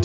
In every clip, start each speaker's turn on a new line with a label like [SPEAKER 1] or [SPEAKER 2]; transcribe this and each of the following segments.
[SPEAKER 1] of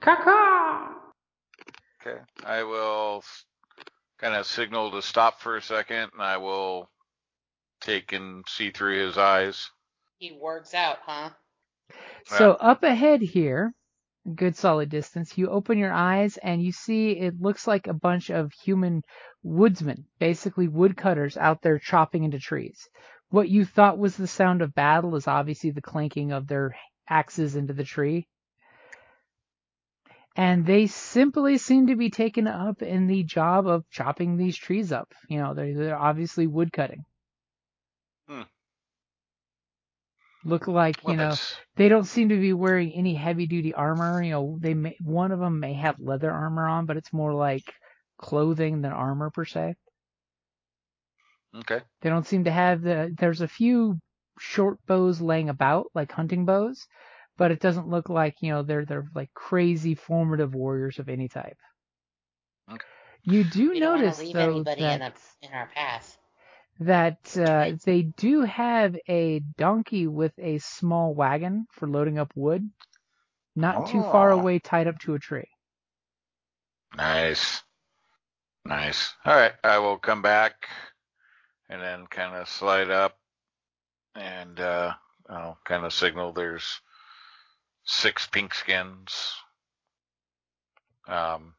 [SPEAKER 2] Kaka!
[SPEAKER 3] Okay, I will kind of signal to stop for a second, and I will take and see through his eyes.
[SPEAKER 4] He works out, huh?
[SPEAKER 2] So up ahead here, a good solid distance, you open your eyes and you see it looks like a bunch of human woodsmen, basically woodcutters out there chopping into trees. What you thought was the sound of battle is obviously the clanking of their axes into the tree. And they simply seem to be taken up in the job of chopping these trees up. You know, they're, they're obviously woodcutting.
[SPEAKER 3] Hmm.
[SPEAKER 2] Look like, you
[SPEAKER 3] Well,
[SPEAKER 2] know,
[SPEAKER 3] that's-
[SPEAKER 2] they don't seem to be wearing any heavy duty armor. You know, they may, one of them may have leather armor on, but it's more like clothing than armor per se.
[SPEAKER 3] okay.
[SPEAKER 2] They don't seem to have the. There's a few short bows laying about, like hunting bows, but it doesn't look like you know they're they're like crazy formative warriors of any type.
[SPEAKER 3] Okay.
[SPEAKER 2] You do
[SPEAKER 4] We don't want
[SPEAKER 2] notice
[SPEAKER 4] to leave
[SPEAKER 2] though
[SPEAKER 4] anybody
[SPEAKER 2] that
[SPEAKER 4] in, the, in our path.
[SPEAKER 2] that uh, they do have a donkey with a small wagon for loading up wood, not too far
[SPEAKER 3] Oh.
[SPEAKER 2] away, tied up to a tree.
[SPEAKER 3] Nice. Nice. All right. I will come back and then kind of slide up and uh, I'll kind of signal there's six pink skins. Um,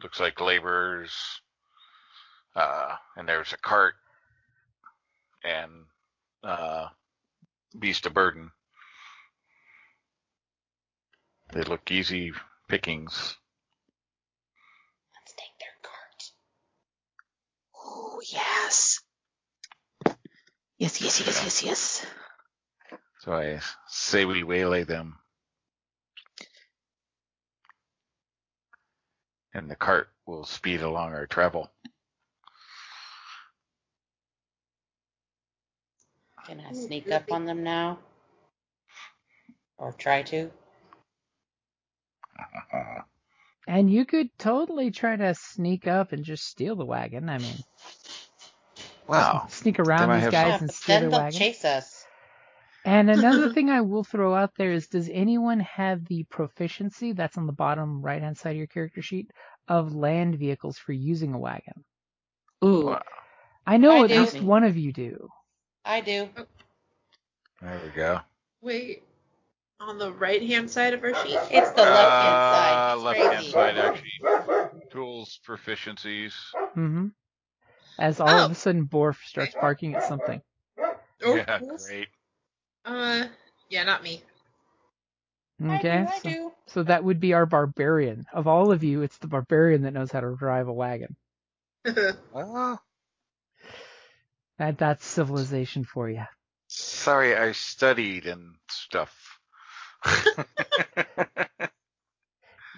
[SPEAKER 3] looks like laborers. Uh, and there's a cart and uh, beast of burden. They look easy pickings.
[SPEAKER 4] Let's take their cart.
[SPEAKER 5] Oh, yes. Yes, yes, yes, yes, yes.
[SPEAKER 3] So I say we waylay them. And the cart will speed along our travel.
[SPEAKER 4] Can I sneak up on them now? Or try to?
[SPEAKER 3] Uh-huh.
[SPEAKER 2] And you could totally try to sneak up and just steal the wagon. I mean,
[SPEAKER 3] Wow.
[SPEAKER 2] sneak
[SPEAKER 3] They
[SPEAKER 2] around
[SPEAKER 3] might
[SPEAKER 2] these
[SPEAKER 3] have
[SPEAKER 2] guys
[SPEAKER 4] Yeah,
[SPEAKER 2] and
[SPEAKER 4] but
[SPEAKER 2] steal
[SPEAKER 4] then
[SPEAKER 2] their
[SPEAKER 4] they'll
[SPEAKER 2] wagon.
[SPEAKER 4] chase us.
[SPEAKER 2] And another thing I will throw out there is does anyone have the proficiency that's on the bottom right hand side of your character sheet of land vehicles for using a wagon?
[SPEAKER 5] Ooh.
[SPEAKER 3] Wow.
[SPEAKER 2] I know
[SPEAKER 4] I
[SPEAKER 2] at
[SPEAKER 4] do.
[SPEAKER 2] least one of you do.
[SPEAKER 4] I do.
[SPEAKER 3] There we go.
[SPEAKER 5] Wait. On the right hand side of our sheet?
[SPEAKER 4] It's the
[SPEAKER 3] Ah,
[SPEAKER 4] left hand side.
[SPEAKER 3] left-hand side, actually. Tools, proficiencies.
[SPEAKER 2] hmm As all
[SPEAKER 4] Oh!
[SPEAKER 2] of a sudden Borf starts barking at something.
[SPEAKER 5] Oh,
[SPEAKER 3] yeah,
[SPEAKER 5] yes.
[SPEAKER 3] great.
[SPEAKER 5] Uh, yeah, not me.
[SPEAKER 2] Okay.
[SPEAKER 4] Okay. I do,
[SPEAKER 2] so,
[SPEAKER 4] I do.
[SPEAKER 2] so that would be our barbarian. Of all of you, it's the barbarian that knows how to drive a wagon.
[SPEAKER 3] Well,
[SPEAKER 2] That that's civilization for you.
[SPEAKER 3] sorry, I studied and stuff.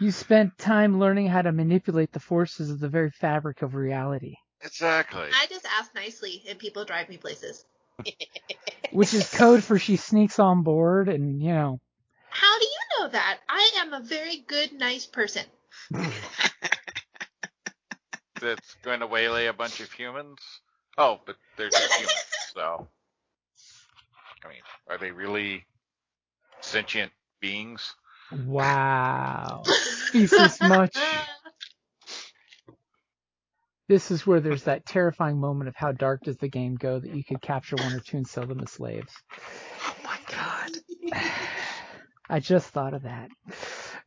[SPEAKER 2] You spent time learning how to manipulate the forces of the very fabric of reality.
[SPEAKER 3] exactly.
[SPEAKER 5] I just ask nicely, and people drive me places.
[SPEAKER 2] which is code for she sneaks on board and you know
[SPEAKER 5] How do you know that? I am a very good, nice person.
[SPEAKER 3] That's going to waylay a bunch of humans. Oh, but they're just humans, so. I mean, are they really sentient beings?
[SPEAKER 2] Wow. Feces much.
[SPEAKER 5] Uh,
[SPEAKER 2] This is where there's that terrifying moment of how dark does the game go that you could capture one or two and sell them as slaves.
[SPEAKER 6] Oh my god.
[SPEAKER 2] I just thought of that.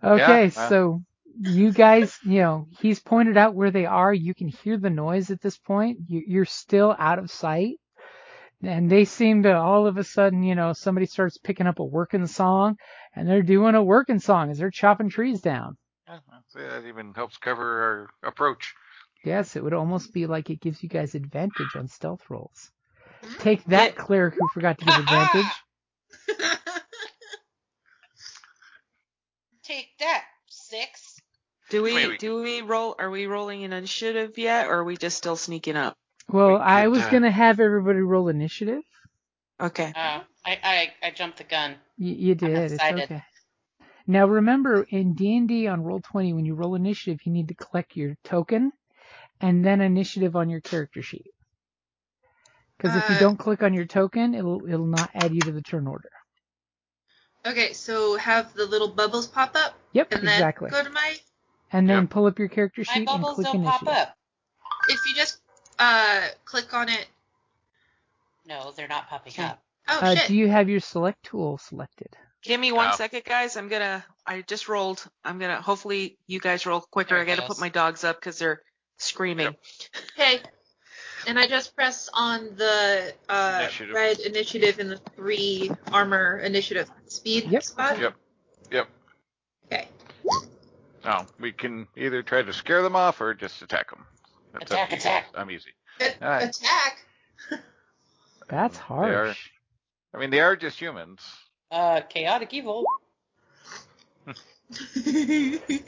[SPEAKER 2] Okay,
[SPEAKER 3] Yeah, well.
[SPEAKER 2] so you guys, you know, he's pointed out where they are. You can hear the noise at this point. You, you're still out of sight. And they seem to all of a sudden, you know, somebody starts picking up a working song and they're doing a working song as they're chopping trees down.
[SPEAKER 3] Yeah, I'd say that even helps cover our approach.
[SPEAKER 2] Yes, it would almost be like it gives you guys advantage on stealth rolls. Take that, cleric who forgot to give advantage.
[SPEAKER 4] Take that, six.
[SPEAKER 7] Do we
[SPEAKER 3] Wait, wait.
[SPEAKER 7] do we roll? Are we rolling in initiative yet, or are we just still sneaking up?
[SPEAKER 2] Well,
[SPEAKER 3] We
[SPEAKER 2] I
[SPEAKER 3] could,
[SPEAKER 2] was
[SPEAKER 3] uh,
[SPEAKER 2] gonna have everybody roll initiative.
[SPEAKER 7] Okay.
[SPEAKER 4] Oh, I, I, I jumped the gun.
[SPEAKER 2] You, you did. It's
[SPEAKER 4] excited.
[SPEAKER 2] okay. Now remember, in D and D on roll twenty, when you roll initiative, you need to collect your token and then initiative on your character sheet. Because if you
[SPEAKER 5] Uh,
[SPEAKER 2] don't click on your token, it'll it'll not add you to the turn order.
[SPEAKER 5] Okay, so have the little bubbles pop up
[SPEAKER 2] Yep,
[SPEAKER 5] and
[SPEAKER 2] exactly.
[SPEAKER 5] then go to my.
[SPEAKER 2] and then
[SPEAKER 3] Yep.
[SPEAKER 2] pull up your character
[SPEAKER 4] My
[SPEAKER 2] sheet and
[SPEAKER 4] bubbles
[SPEAKER 2] click
[SPEAKER 4] don't pop
[SPEAKER 2] initiative.
[SPEAKER 4] up.
[SPEAKER 5] If you just uh click on it.
[SPEAKER 4] No, they're not popping
[SPEAKER 7] Okay.
[SPEAKER 4] up.
[SPEAKER 5] Oh
[SPEAKER 2] uh,
[SPEAKER 5] shit.
[SPEAKER 2] do you have your select tool selected?
[SPEAKER 7] Give me one
[SPEAKER 3] Oh.
[SPEAKER 7] second, guys. I'm gonna. I just rolled. I'm gonna. Hopefully, you guys roll quicker.
[SPEAKER 4] There
[SPEAKER 7] I
[SPEAKER 4] it
[SPEAKER 7] gotta
[SPEAKER 4] goes.
[SPEAKER 7] put my dogs up because they're screaming.
[SPEAKER 5] Okay. And I just press on the uh,
[SPEAKER 3] Initiative.
[SPEAKER 5] red initiative in the three armor initiative speed
[SPEAKER 2] Yep.
[SPEAKER 5] spot.
[SPEAKER 3] Yep. Yep.
[SPEAKER 5] Okay.
[SPEAKER 3] No, we can either try to scare them off or just attack them. That's up
[SPEAKER 4] Attack,
[SPEAKER 3] to you
[SPEAKER 4] attack.
[SPEAKER 3] guys. I'm easy.
[SPEAKER 5] A-
[SPEAKER 3] All right.
[SPEAKER 5] Attack.
[SPEAKER 2] That's
[SPEAKER 3] They
[SPEAKER 2] harsh.
[SPEAKER 3] I mean, they are just humans.
[SPEAKER 4] Uh, chaotic evil.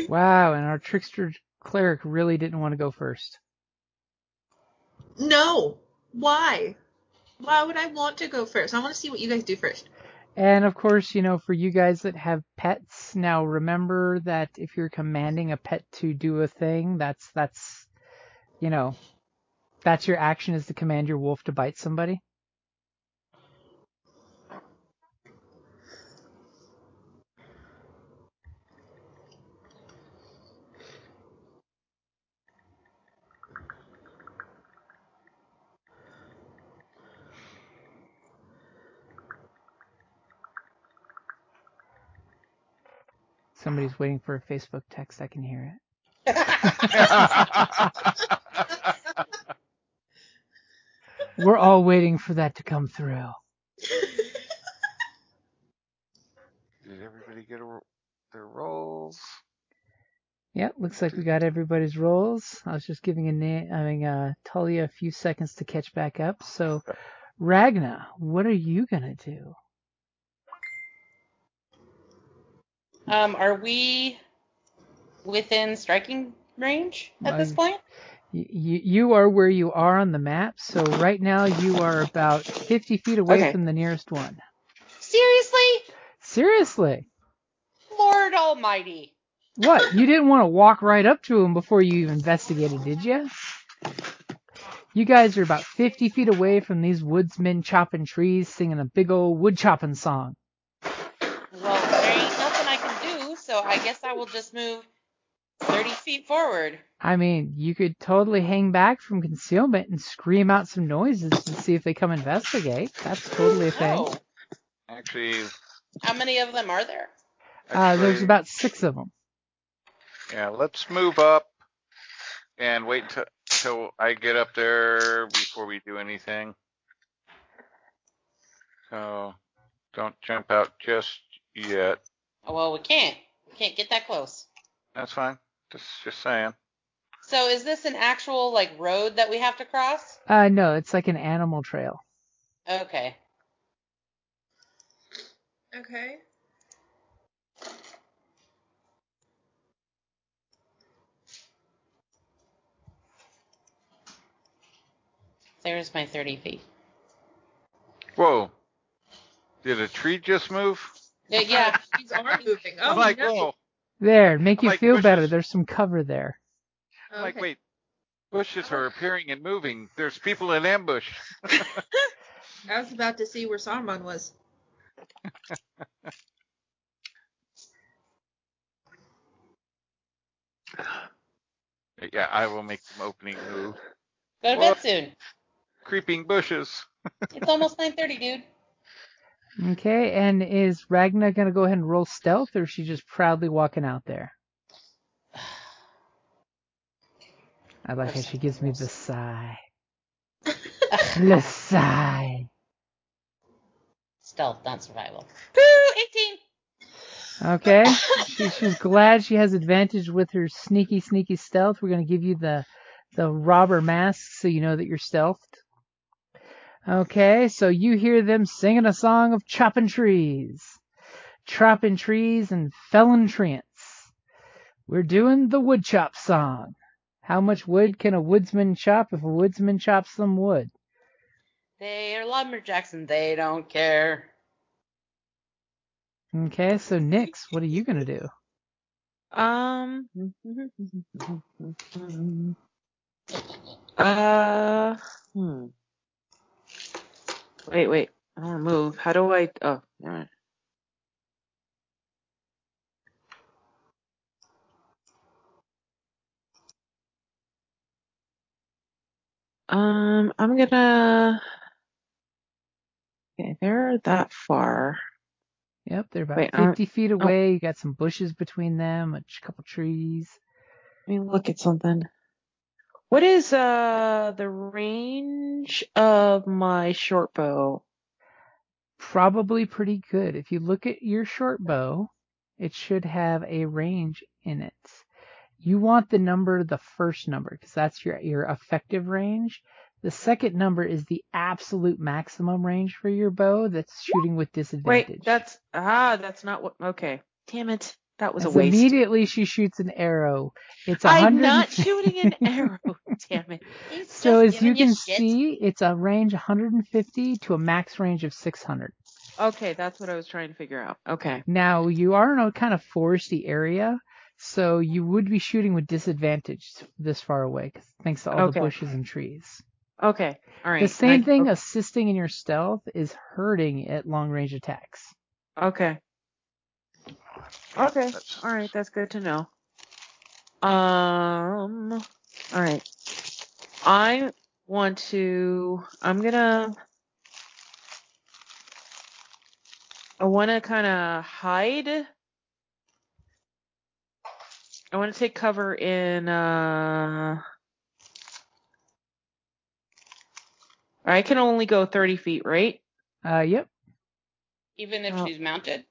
[SPEAKER 2] Wow, and our trickster cleric really didn't want to go first.
[SPEAKER 5] No. Why? Why would I want to go first? I want to see what you guys do first.
[SPEAKER 2] And of course, you know, for you guys that have pets, now remember that if you're commanding a pet to do a thing, that's that's you know, that's your action is to command your wolf to bite somebody. Somebody's waiting for a Facebook text, I can hear it. We're all waiting for that to come through.
[SPEAKER 3] Did everybody get a, ro- their rolls?
[SPEAKER 2] Yep, looks like we got everybody's rolls. I was just giving a na- I mean, uh, Talia a few seconds to catch back up. So, Ragna, what are you gonna do?
[SPEAKER 4] Um, are we within striking range at this
[SPEAKER 2] Um,
[SPEAKER 4] point?
[SPEAKER 2] Y- You, you are where you are on the map, so right now you are about 50 feet away
[SPEAKER 7] Okay.
[SPEAKER 2] from the nearest one.
[SPEAKER 4] Seriously?
[SPEAKER 2] Seriously?
[SPEAKER 4] Lord Almighty.
[SPEAKER 2] What? You didn't want to walk right up to him before you investigated, did you? You guys are about 50 feet away from these woodsmen chopping trees, singing a big old wood chopping song.
[SPEAKER 4] Well, there ain't nothing I can do, so I guess I will just move 30 feet forward.
[SPEAKER 2] I mean, you could totally hang back from concealment and scream out some noises and see if they come investigate. That's totally a thing.
[SPEAKER 4] No.
[SPEAKER 3] Actually,
[SPEAKER 4] Oh, How many of them are there?
[SPEAKER 2] Uh, there's
[SPEAKER 3] actually-
[SPEAKER 2] about six of them.
[SPEAKER 3] Yeah, let's move up and wait till, till I get up there before we do anything. So don't jump out just yet.
[SPEAKER 4] Oh, well, we can't. We can't get that close.
[SPEAKER 3] That's fine. Just just saying.
[SPEAKER 4] So is this an actual like road that we have to cross?
[SPEAKER 2] Uh, no, it's like an animal trail.
[SPEAKER 4] Okay.
[SPEAKER 5] Okay.
[SPEAKER 4] There's my 30 feet.
[SPEAKER 3] Whoa. Did a tree just move?
[SPEAKER 4] Yeah, Uh, yeah.
[SPEAKER 5] These are moving. Oh,
[SPEAKER 3] I'm like,
[SPEAKER 5] no.
[SPEAKER 3] whoa.
[SPEAKER 2] There, make
[SPEAKER 3] I'm
[SPEAKER 2] you
[SPEAKER 3] like,
[SPEAKER 2] feel
[SPEAKER 3] "Where's
[SPEAKER 2] better.
[SPEAKER 3] this?"
[SPEAKER 2] There's some cover there.
[SPEAKER 3] I'm like,
[SPEAKER 5] Okay.
[SPEAKER 3] wait. Bushes are appearing and moving. There's people in ambush.
[SPEAKER 5] I was about to see where Saruman was.
[SPEAKER 3] Yeah, I will make some opening move.
[SPEAKER 4] Go to
[SPEAKER 3] Well-
[SPEAKER 4] bed soon.
[SPEAKER 3] Creeping bushes.
[SPEAKER 4] It's almost 9:30, dude.
[SPEAKER 2] Okay, and is Ragna gonna go ahead and roll stealth, or is she just proudly walking out there? I like how she gives me the sigh. the sigh.
[SPEAKER 4] Stealth, not survival. Pooh, 18.
[SPEAKER 2] Okay, she, she's glad she has advantage with her sneaky, sneaky stealth. We're gonna give you the the robber mask so you know that you're stealthed. Okay, so you hear them singing a song of chopping trees, chopping trees and felling treants. We're doing the wood chop song. How much wood can a woodsman chop if a woodsman chops some wood?
[SPEAKER 4] They are lumberjacks and they don't care.
[SPEAKER 2] Okay, so Nyx, what are you gonna do?
[SPEAKER 7] Um. Uh. Hmm. Wait, wait. I want to move. How do I? Oh, never mind. Um, I'm gonna. Okay, they're that far.
[SPEAKER 2] Yep, they're about
[SPEAKER 7] Wait,
[SPEAKER 2] 50
[SPEAKER 7] uh,
[SPEAKER 2] feet away. You got some bushes between them, a ch- couple trees.
[SPEAKER 7] Let me look at something. What is uh the range of my short bow?
[SPEAKER 2] Probably pretty good. If you look at your short bow, it should have a range in it. You want the number, the first number, because that's your, your effective range. The second number is the absolute maximum range for your bow that's shooting with disadvantage.
[SPEAKER 7] Wait, that's ah, that's not what. Okay, damn it, that was
[SPEAKER 2] That's
[SPEAKER 7] a waste.
[SPEAKER 2] Immediately she shoots an arrow. It's a
[SPEAKER 7] I'm
[SPEAKER 2] hundred.
[SPEAKER 7] not shooting an arrow. damn it.
[SPEAKER 4] He's
[SPEAKER 2] So
[SPEAKER 4] just
[SPEAKER 2] as you
[SPEAKER 4] giving
[SPEAKER 2] can
[SPEAKER 4] shit.
[SPEAKER 2] see, it's a range 150 to a max range of 600.
[SPEAKER 7] Okay, that's what I was trying to figure out. Okay.
[SPEAKER 2] Now you are in a kind of foresty area, so you would be shooting with disadvantage this far away, 'cause- thanks to all
[SPEAKER 7] Okay.
[SPEAKER 2] the bushes and trees.
[SPEAKER 7] Okay. All right.
[SPEAKER 2] The same
[SPEAKER 7] and I-
[SPEAKER 2] thing assisting in your stealth is hurting at long range attacks.
[SPEAKER 7] Okay. Okay.
[SPEAKER 3] That's-
[SPEAKER 7] All right. That's good to know. Um. All right. I want to. I'm gonna. I want to kind of hide. I want to take cover in. Uh. I can only go 30 feet, right?
[SPEAKER 2] Uh, yep.
[SPEAKER 4] Even if
[SPEAKER 7] Oh.
[SPEAKER 4] she's mounted.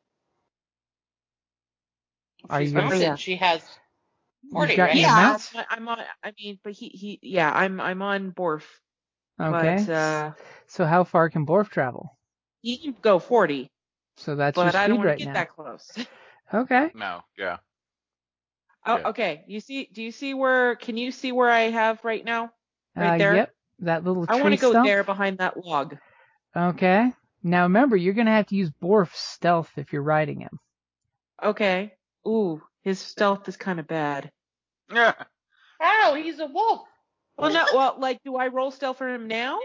[SPEAKER 4] If
[SPEAKER 2] Are
[SPEAKER 4] she's
[SPEAKER 2] you gonna-
[SPEAKER 4] mounted,
[SPEAKER 7] Yeah.
[SPEAKER 4] she has 40,
[SPEAKER 2] You've got
[SPEAKER 4] right?
[SPEAKER 2] your
[SPEAKER 7] Yeah.
[SPEAKER 2] mount.
[SPEAKER 7] I- I'm on. I mean, but he he. Yeah, I'm I'm on Borf.
[SPEAKER 2] Okay.
[SPEAKER 7] But uh,
[SPEAKER 2] So how far can Borf travel?
[SPEAKER 7] he can go 40.
[SPEAKER 2] So that's your
[SPEAKER 7] but
[SPEAKER 2] speed
[SPEAKER 7] I don't want
[SPEAKER 2] right
[SPEAKER 7] to get
[SPEAKER 2] now.
[SPEAKER 7] that close.
[SPEAKER 2] Okay.
[SPEAKER 3] No, yeah.
[SPEAKER 7] Oh,
[SPEAKER 3] Yeah.
[SPEAKER 7] okay. You see? Do you see where? Can you see where I have right now? Right
[SPEAKER 2] uh,
[SPEAKER 7] there?
[SPEAKER 2] Yep. That little tree
[SPEAKER 7] I want to go
[SPEAKER 2] stump.
[SPEAKER 7] there behind that log.
[SPEAKER 2] Okay. Now remember, you're gonna have to use Borf's stealth if you're riding him.
[SPEAKER 7] Okay. Ooh, his stealth is kind of bad.
[SPEAKER 3] Yeah.
[SPEAKER 4] How? He's a wolf.
[SPEAKER 7] Well, no. Well, like, do I roll stealth for him now,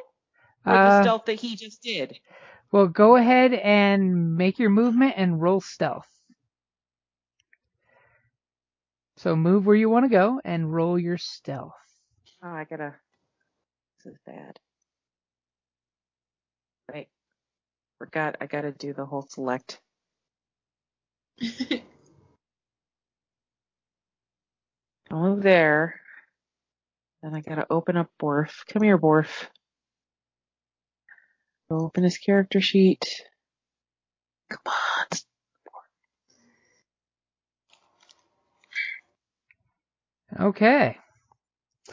[SPEAKER 7] or the
[SPEAKER 2] Uh,
[SPEAKER 7] stealth that he just did?
[SPEAKER 2] well, go ahead and make your movement and roll stealth. So move where you want to go and roll your stealth.
[SPEAKER 7] Oh, I gotta. This is bad. Wait. Forgot. I gotta do the whole select. I'll move there. Then I gotta open up Borf. Come here, Borf. Open his character sheet. Come on.
[SPEAKER 2] Okay.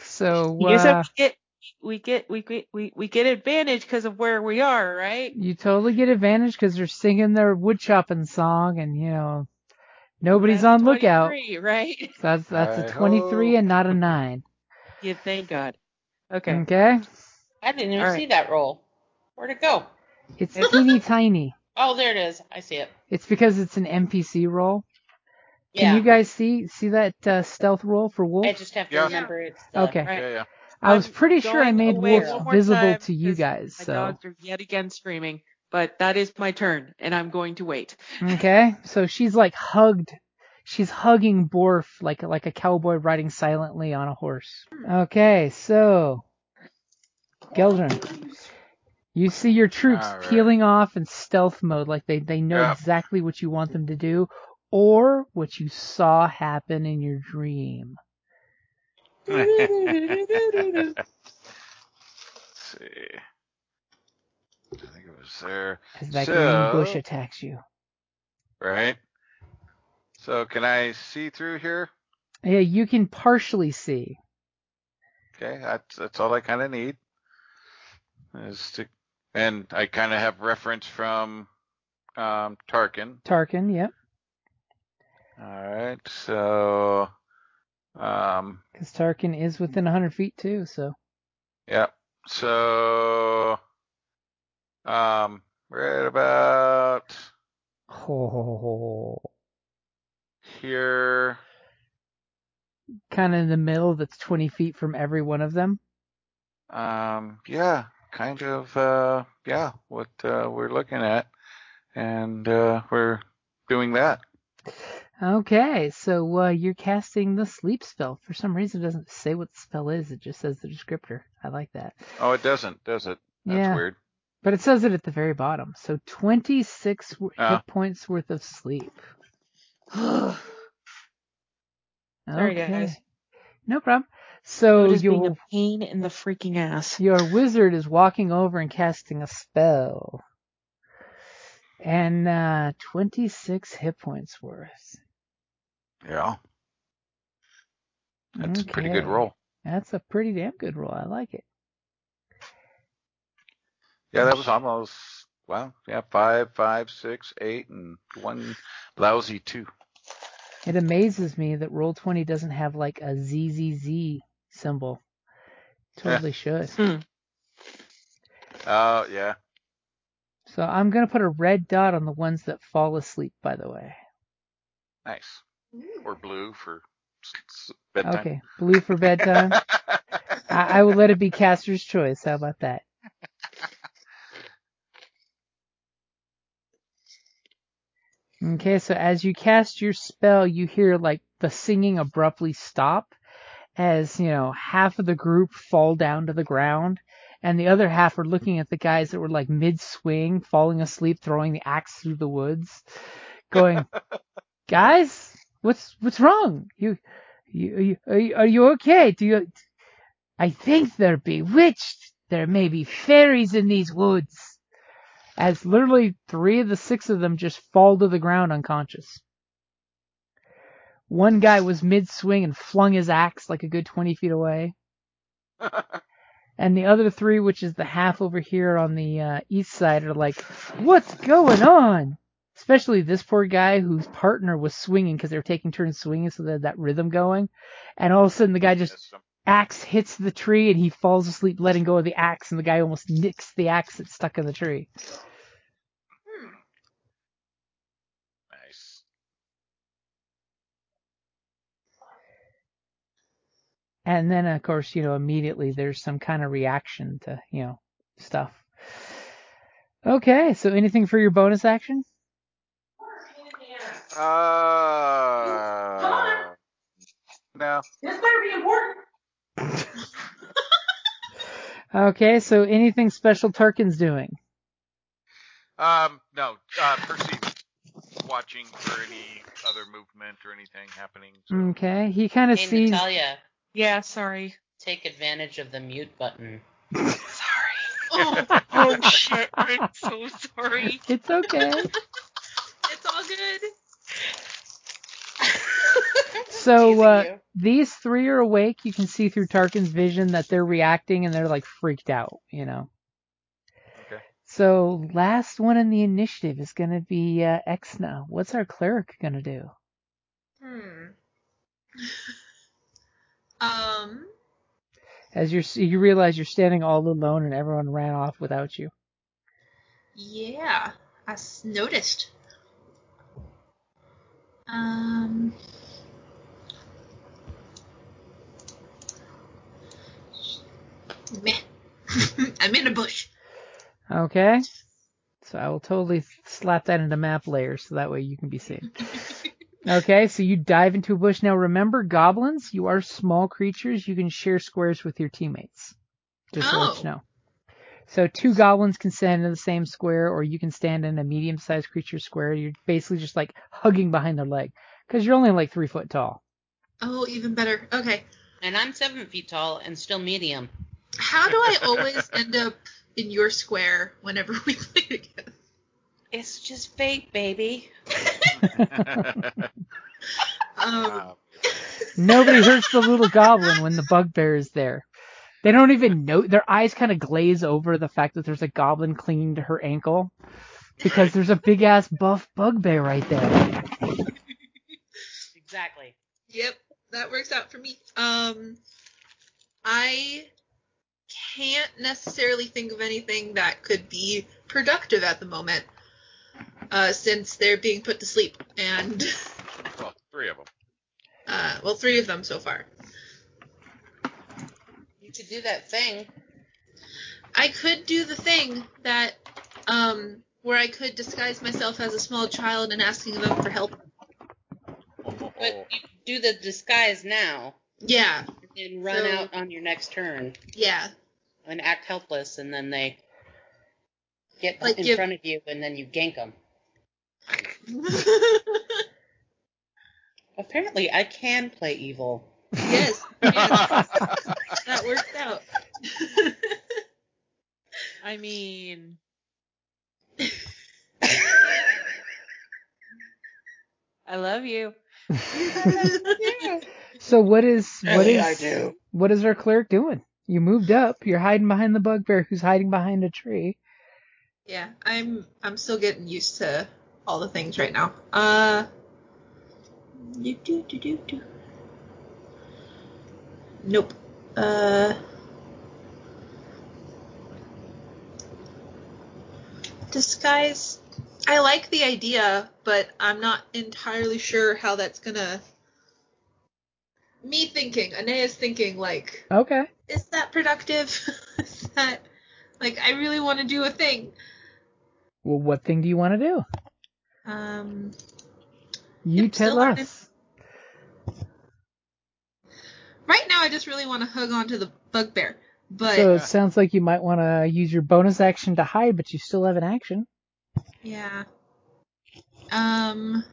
[SPEAKER 2] So
[SPEAKER 7] Yes,
[SPEAKER 2] uh,
[SPEAKER 7] we get we get we get we, we get advantage because of where we are, right?
[SPEAKER 2] you totally get advantage because they're singing their wood chopping song, and you know nobody's
[SPEAKER 7] That's
[SPEAKER 2] on lookout.
[SPEAKER 7] 23, Right?
[SPEAKER 2] So that's that's a
[SPEAKER 3] Hi-ho.
[SPEAKER 2] 23 and not a nine.
[SPEAKER 7] Yeah. Thank God. Okay.
[SPEAKER 2] Okay.
[SPEAKER 4] I didn't even
[SPEAKER 7] All right.
[SPEAKER 4] see that roll. Where'd it go?
[SPEAKER 2] It's teeny tiny.
[SPEAKER 4] Oh, there it is. I see it.
[SPEAKER 2] It's because it's an NPC roll. Can
[SPEAKER 4] Yeah.
[SPEAKER 2] you guys see see that uh, stealth roll for
[SPEAKER 4] I
[SPEAKER 2] wolf?
[SPEAKER 4] just have to
[SPEAKER 3] Yeah.
[SPEAKER 4] remember it's the
[SPEAKER 2] Okay.
[SPEAKER 7] Right.
[SPEAKER 3] Yeah, yeah.
[SPEAKER 2] I was
[SPEAKER 7] I'm
[SPEAKER 2] pretty sure I
[SPEAKER 7] uh, going
[SPEAKER 2] made
[SPEAKER 7] away
[SPEAKER 2] wolves
[SPEAKER 7] one more
[SPEAKER 2] visible
[SPEAKER 7] time
[SPEAKER 2] to you
[SPEAKER 7] because
[SPEAKER 2] guys.
[SPEAKER 7] My
[SPEAKER 2] So
[SPEAKER 7] dogs are yet again screaming, but that is my turn, and I'm going to wait.
[SPEAKER 2] okay, so she's like hugged. She's hugging Borf like like a cowboy riding silently on a horse. Okay, so Geldrin, you see your troops
[SPEAKER 3] All right.
[SPEAKER 2] peeling off in stealth mode, like they they know
[SPEAKER 3] Yep.
[SPEAKER 2] exactly what you want them to do, or what you saw happen in your dream.
[SPEAKER 3] Let's see. I think it was there.
[SPEAKER 2] As that
[SPEAKER 3] So-
[SPEAKER 2] green bush attacks you.
[SPEAKER 3] Right? So can I see through here?
[SPEAKER 2] Yeah, you can partially see.
[SPEAKER 3] Okay, that's that's all I kind of need. Is to, and I kind of have reference from um, Tarkin.
[SPEAKER 2] Tarkin, yep.
[SPEAKER 3] All right, so um,
[SPEAKER 2] Because Tarkin is within 100 feet too, so.
[SPEAKER 3] yeah, so um, right about here.
[SPEAKER 2] Kind of in the middle that's 20 feet from every one of them.
[SPEAKER 3] Um, yeah, kind of. Uh, yeah, what uh, we're looking at, and uh, we're doing that.
[SPEAKER 2] Okay, so uh, you're casting the sleep spell. For some reason, it doesn't say what the spell is, it just says the descriptor. I like that.
[SPEAKER 3] Oh, it doesn't, does it? That's
[SPEAKER 2] yeah,
[SPEAKER 3] weird.
[SPEAKER 2] but it says it at the very bottom. So 26 w-
[SPEAKER 3] Ah.
[SPEAKER 2] hit points worth of sleep.
[SPEAKER 7] Sorry,
[SPEAKER 2] okay.
[SPEAKER 7] guys.
[SPEAKER 2] No problem. So
[SPEAKER 7] Notice being
[SPEAKER 2] you'll
[SPEAKER 7] a pain in the freaking ass.
[SPEAKER 2] Your wizard is walking over and casting a spell. And uh, 26 hit points worth.
[SPEAKER 3] Yeah, that's a pretty good
[SPEAKER 2] Okay.
[SPEAKER 3] roll.
[SPEAKER 2] That's a pretty damn good roll. I like it.
[SPEAKER 3] Yeah, that was almost well, yeah, five, five, six, eight, and one lousy two.
[SPEAKER 2] It amazes me that roll 20 doesn't have like a ZZZ symbol. Totally should.
[SPEAKER 3] Oh yeah.
[SPEAKER 2] So I'm going to put a red dot on the ones that fall asleep, by the way.
[SPEAKER 3] Nice. Or blue for s- s- bedtime.
[SPEAKER 2] Okay. Blue for bedtime. I, I will let it be caster's choice. How about that? Okay, so as you cast your spell, you hear like the singing abruptly stop as, you know, half of the group fall down to the ground and the other half are looking at the guys that were like mid swing, falling asleep, throwing the axe through the woods, going, "Guys, what's what's wrong? You you, you, are you are you okay? Do you I think they're bewitched. There may be fairies in these woods." as literally three of the six of them just fall to the ground unconscious. One guy was mid swing and flung his axe like a good 20 feet away. And the other three, which is the half over here on the uh, east side, are like, What's going on? Especially this poor guy whose partner was swinging because they were taking turns swinging, so they had that rhythm going. And all of a sudden, the guy just
[SPEAKER 3] That's some-
[SPEAKER 2] axe hits the tree and he falls asleep, letting go of the axe, and the guy almost nicks the axe that's stuck in the tree.
[SPEAKER 3] nice.
[SPEAKER 2] And then, of course, you know, immediately there's some kind of reaction to, you know, stuff. Okay, so anything for your bonus action?
[SPEAKER 3] Uh, no.
[SPEAKER 2] Okay, so anything special Tarkin's doing?
[SPEAKER 3] Um, no. Uh, perceiving, watching for any other movement or anything happening. So.
[SPEAKER 2] Okay, he kind of
[SPEAKER 4] Hey,
[SPEAKER 2] sees.
[SPEAKER 4] Natalia,
[SPEAKER 7] Yeah, sorry.
[SPEAKER 4] take advantage of the mute button.
[SPEAKER 5] Oh,
[SPEAKER 7] Oh shit, I'm so sorry.
[SPEAKER 2] It's okay.
[SPEAKER 5] it's all good.
[SPEAKER 2] So
[SPEAKER 4] Teasing
[SPEAKER 2] uh,
[SPEAKER 4] you.
[SPEAKER 2] these three are awake. You can see through Tarkin's vision that they're reacting and they're like freaked out, you know.
[SPEAKER 3] Okay.
[SPEAKER 2] So last one in the initiative is going to be uh, Exna. What's our cleric going to do?
[SPEAKER 5] Hmm. Um.
[SPEAKER 2] As you're, you realize you're standing all alone and everyone ran off without you.
[SPEAKER 5] Yeah, I s- noticed. Um. Meh. I'm in a bush.
[SPEAKER 2] Okay. So I will totally slap that into map layer so that way you can be safe. Okay, so you dive into a bush. Now remember, goblins, you are small creatures. You can share squares with your teammates. Just to let you
[SPEAKER 5] Oh.
[SPEAKER 2] know. So two goblins can stand in the same square, or you can stand in a medium-sized creature square. You're basically just like hugging behind their leg because you're only like three foot tall.
[SPEAKER 5] Oh, even better. Okay.
[SPEAKER 4] And I'm seven feet tall and still medium.
[SPEAKER 5] How do I always end up in your square whenever we play together?
[SPEAKER 4] It's just fate, baby.
[SPEAKER 5] Um,
[SPEAKER 3] Uh,
[SPEAKER 2] Nobody hurts the little goblin when the bugbear is there. They don't even know. Their eyes kind of glaze over the fact that there's a goblin clinging to her ankle because there's a big ass buff bugbear right there.
[SPEAKER 4] Exactly.
[SPEAKER 5] yep, that works out for me. Um, I can't necessarily think of anything that could be productive at the moment, uh, since they're being put to sleep, and
[SPEAKER 3] well, three of them.
[SPEAKER 5] uh, well, three of them so far.
[SPEAKER 4] You could do that thing.
[SPEAKER 5] I could do the thing that, um, where I could disguise myself as a small child and asking them for help.
[SPEAKER 4] But
[SPEAKER 3] Oh.
[SPEAKER 4] you do the disguise now
[SPEAKER 5] Yeah,
[SPEAKER 4] and then run
[SPEAKER 5] So-
[SPEAKER 4] out on your next turn
[SPEAKER 5] yeah,
[SPEAKER 4] and act helpless and then they get
[SPEAKER 5] Like
[SPEAKER 4] in
[SPEAKER 5] give-
[SPEAKER 4] front of you and then you gank them.
[SPEAKER 5] yes,
[SPEAKER 4] Apparently, I can play evil.
[SPEAKER 5] yes, that worked out.
[SPEAKER 7] I mean, I love you.
[SPEAKER 2] So what is what
[SPEAKER 8] Really,
[SPEAKER 2] is
[SPEAKER 8] I do.
[SPEAKER 2] what is our cleric doing? You moved up. You're hiding behind the bugbear who's hiding behind a tree.
[SPEAKER 5] yeah, I'm I'm still getting used to all the things right now. Uh, do, do, do, do, do. nope. Uh, disguise. I like the idea, but I'm not entirely sure how that's gonna. Me thinking, Anea's thinking, like,
[SPEAKER 2] Okay.
[SPEAKER 5] is that productive? is that like I really want to do a thing?
[SPEAKER 2] Well, what thing do you want to do?
[SPEAKER 5] Um,
[SPEAKER 2] You
[SPEAKER 5] Yep,
[SPEAKER 2] tell
[SPEAKER 5] still learning.
[SPEAKER 2] us.
[SPEAKER 5] right now I just really want to hug onto the bugbear, but
[SPEAKER 2] So it sounds like you might want to use your bonus action to hide, but you still have an action.
[SPEAKER 5] yeah. Um.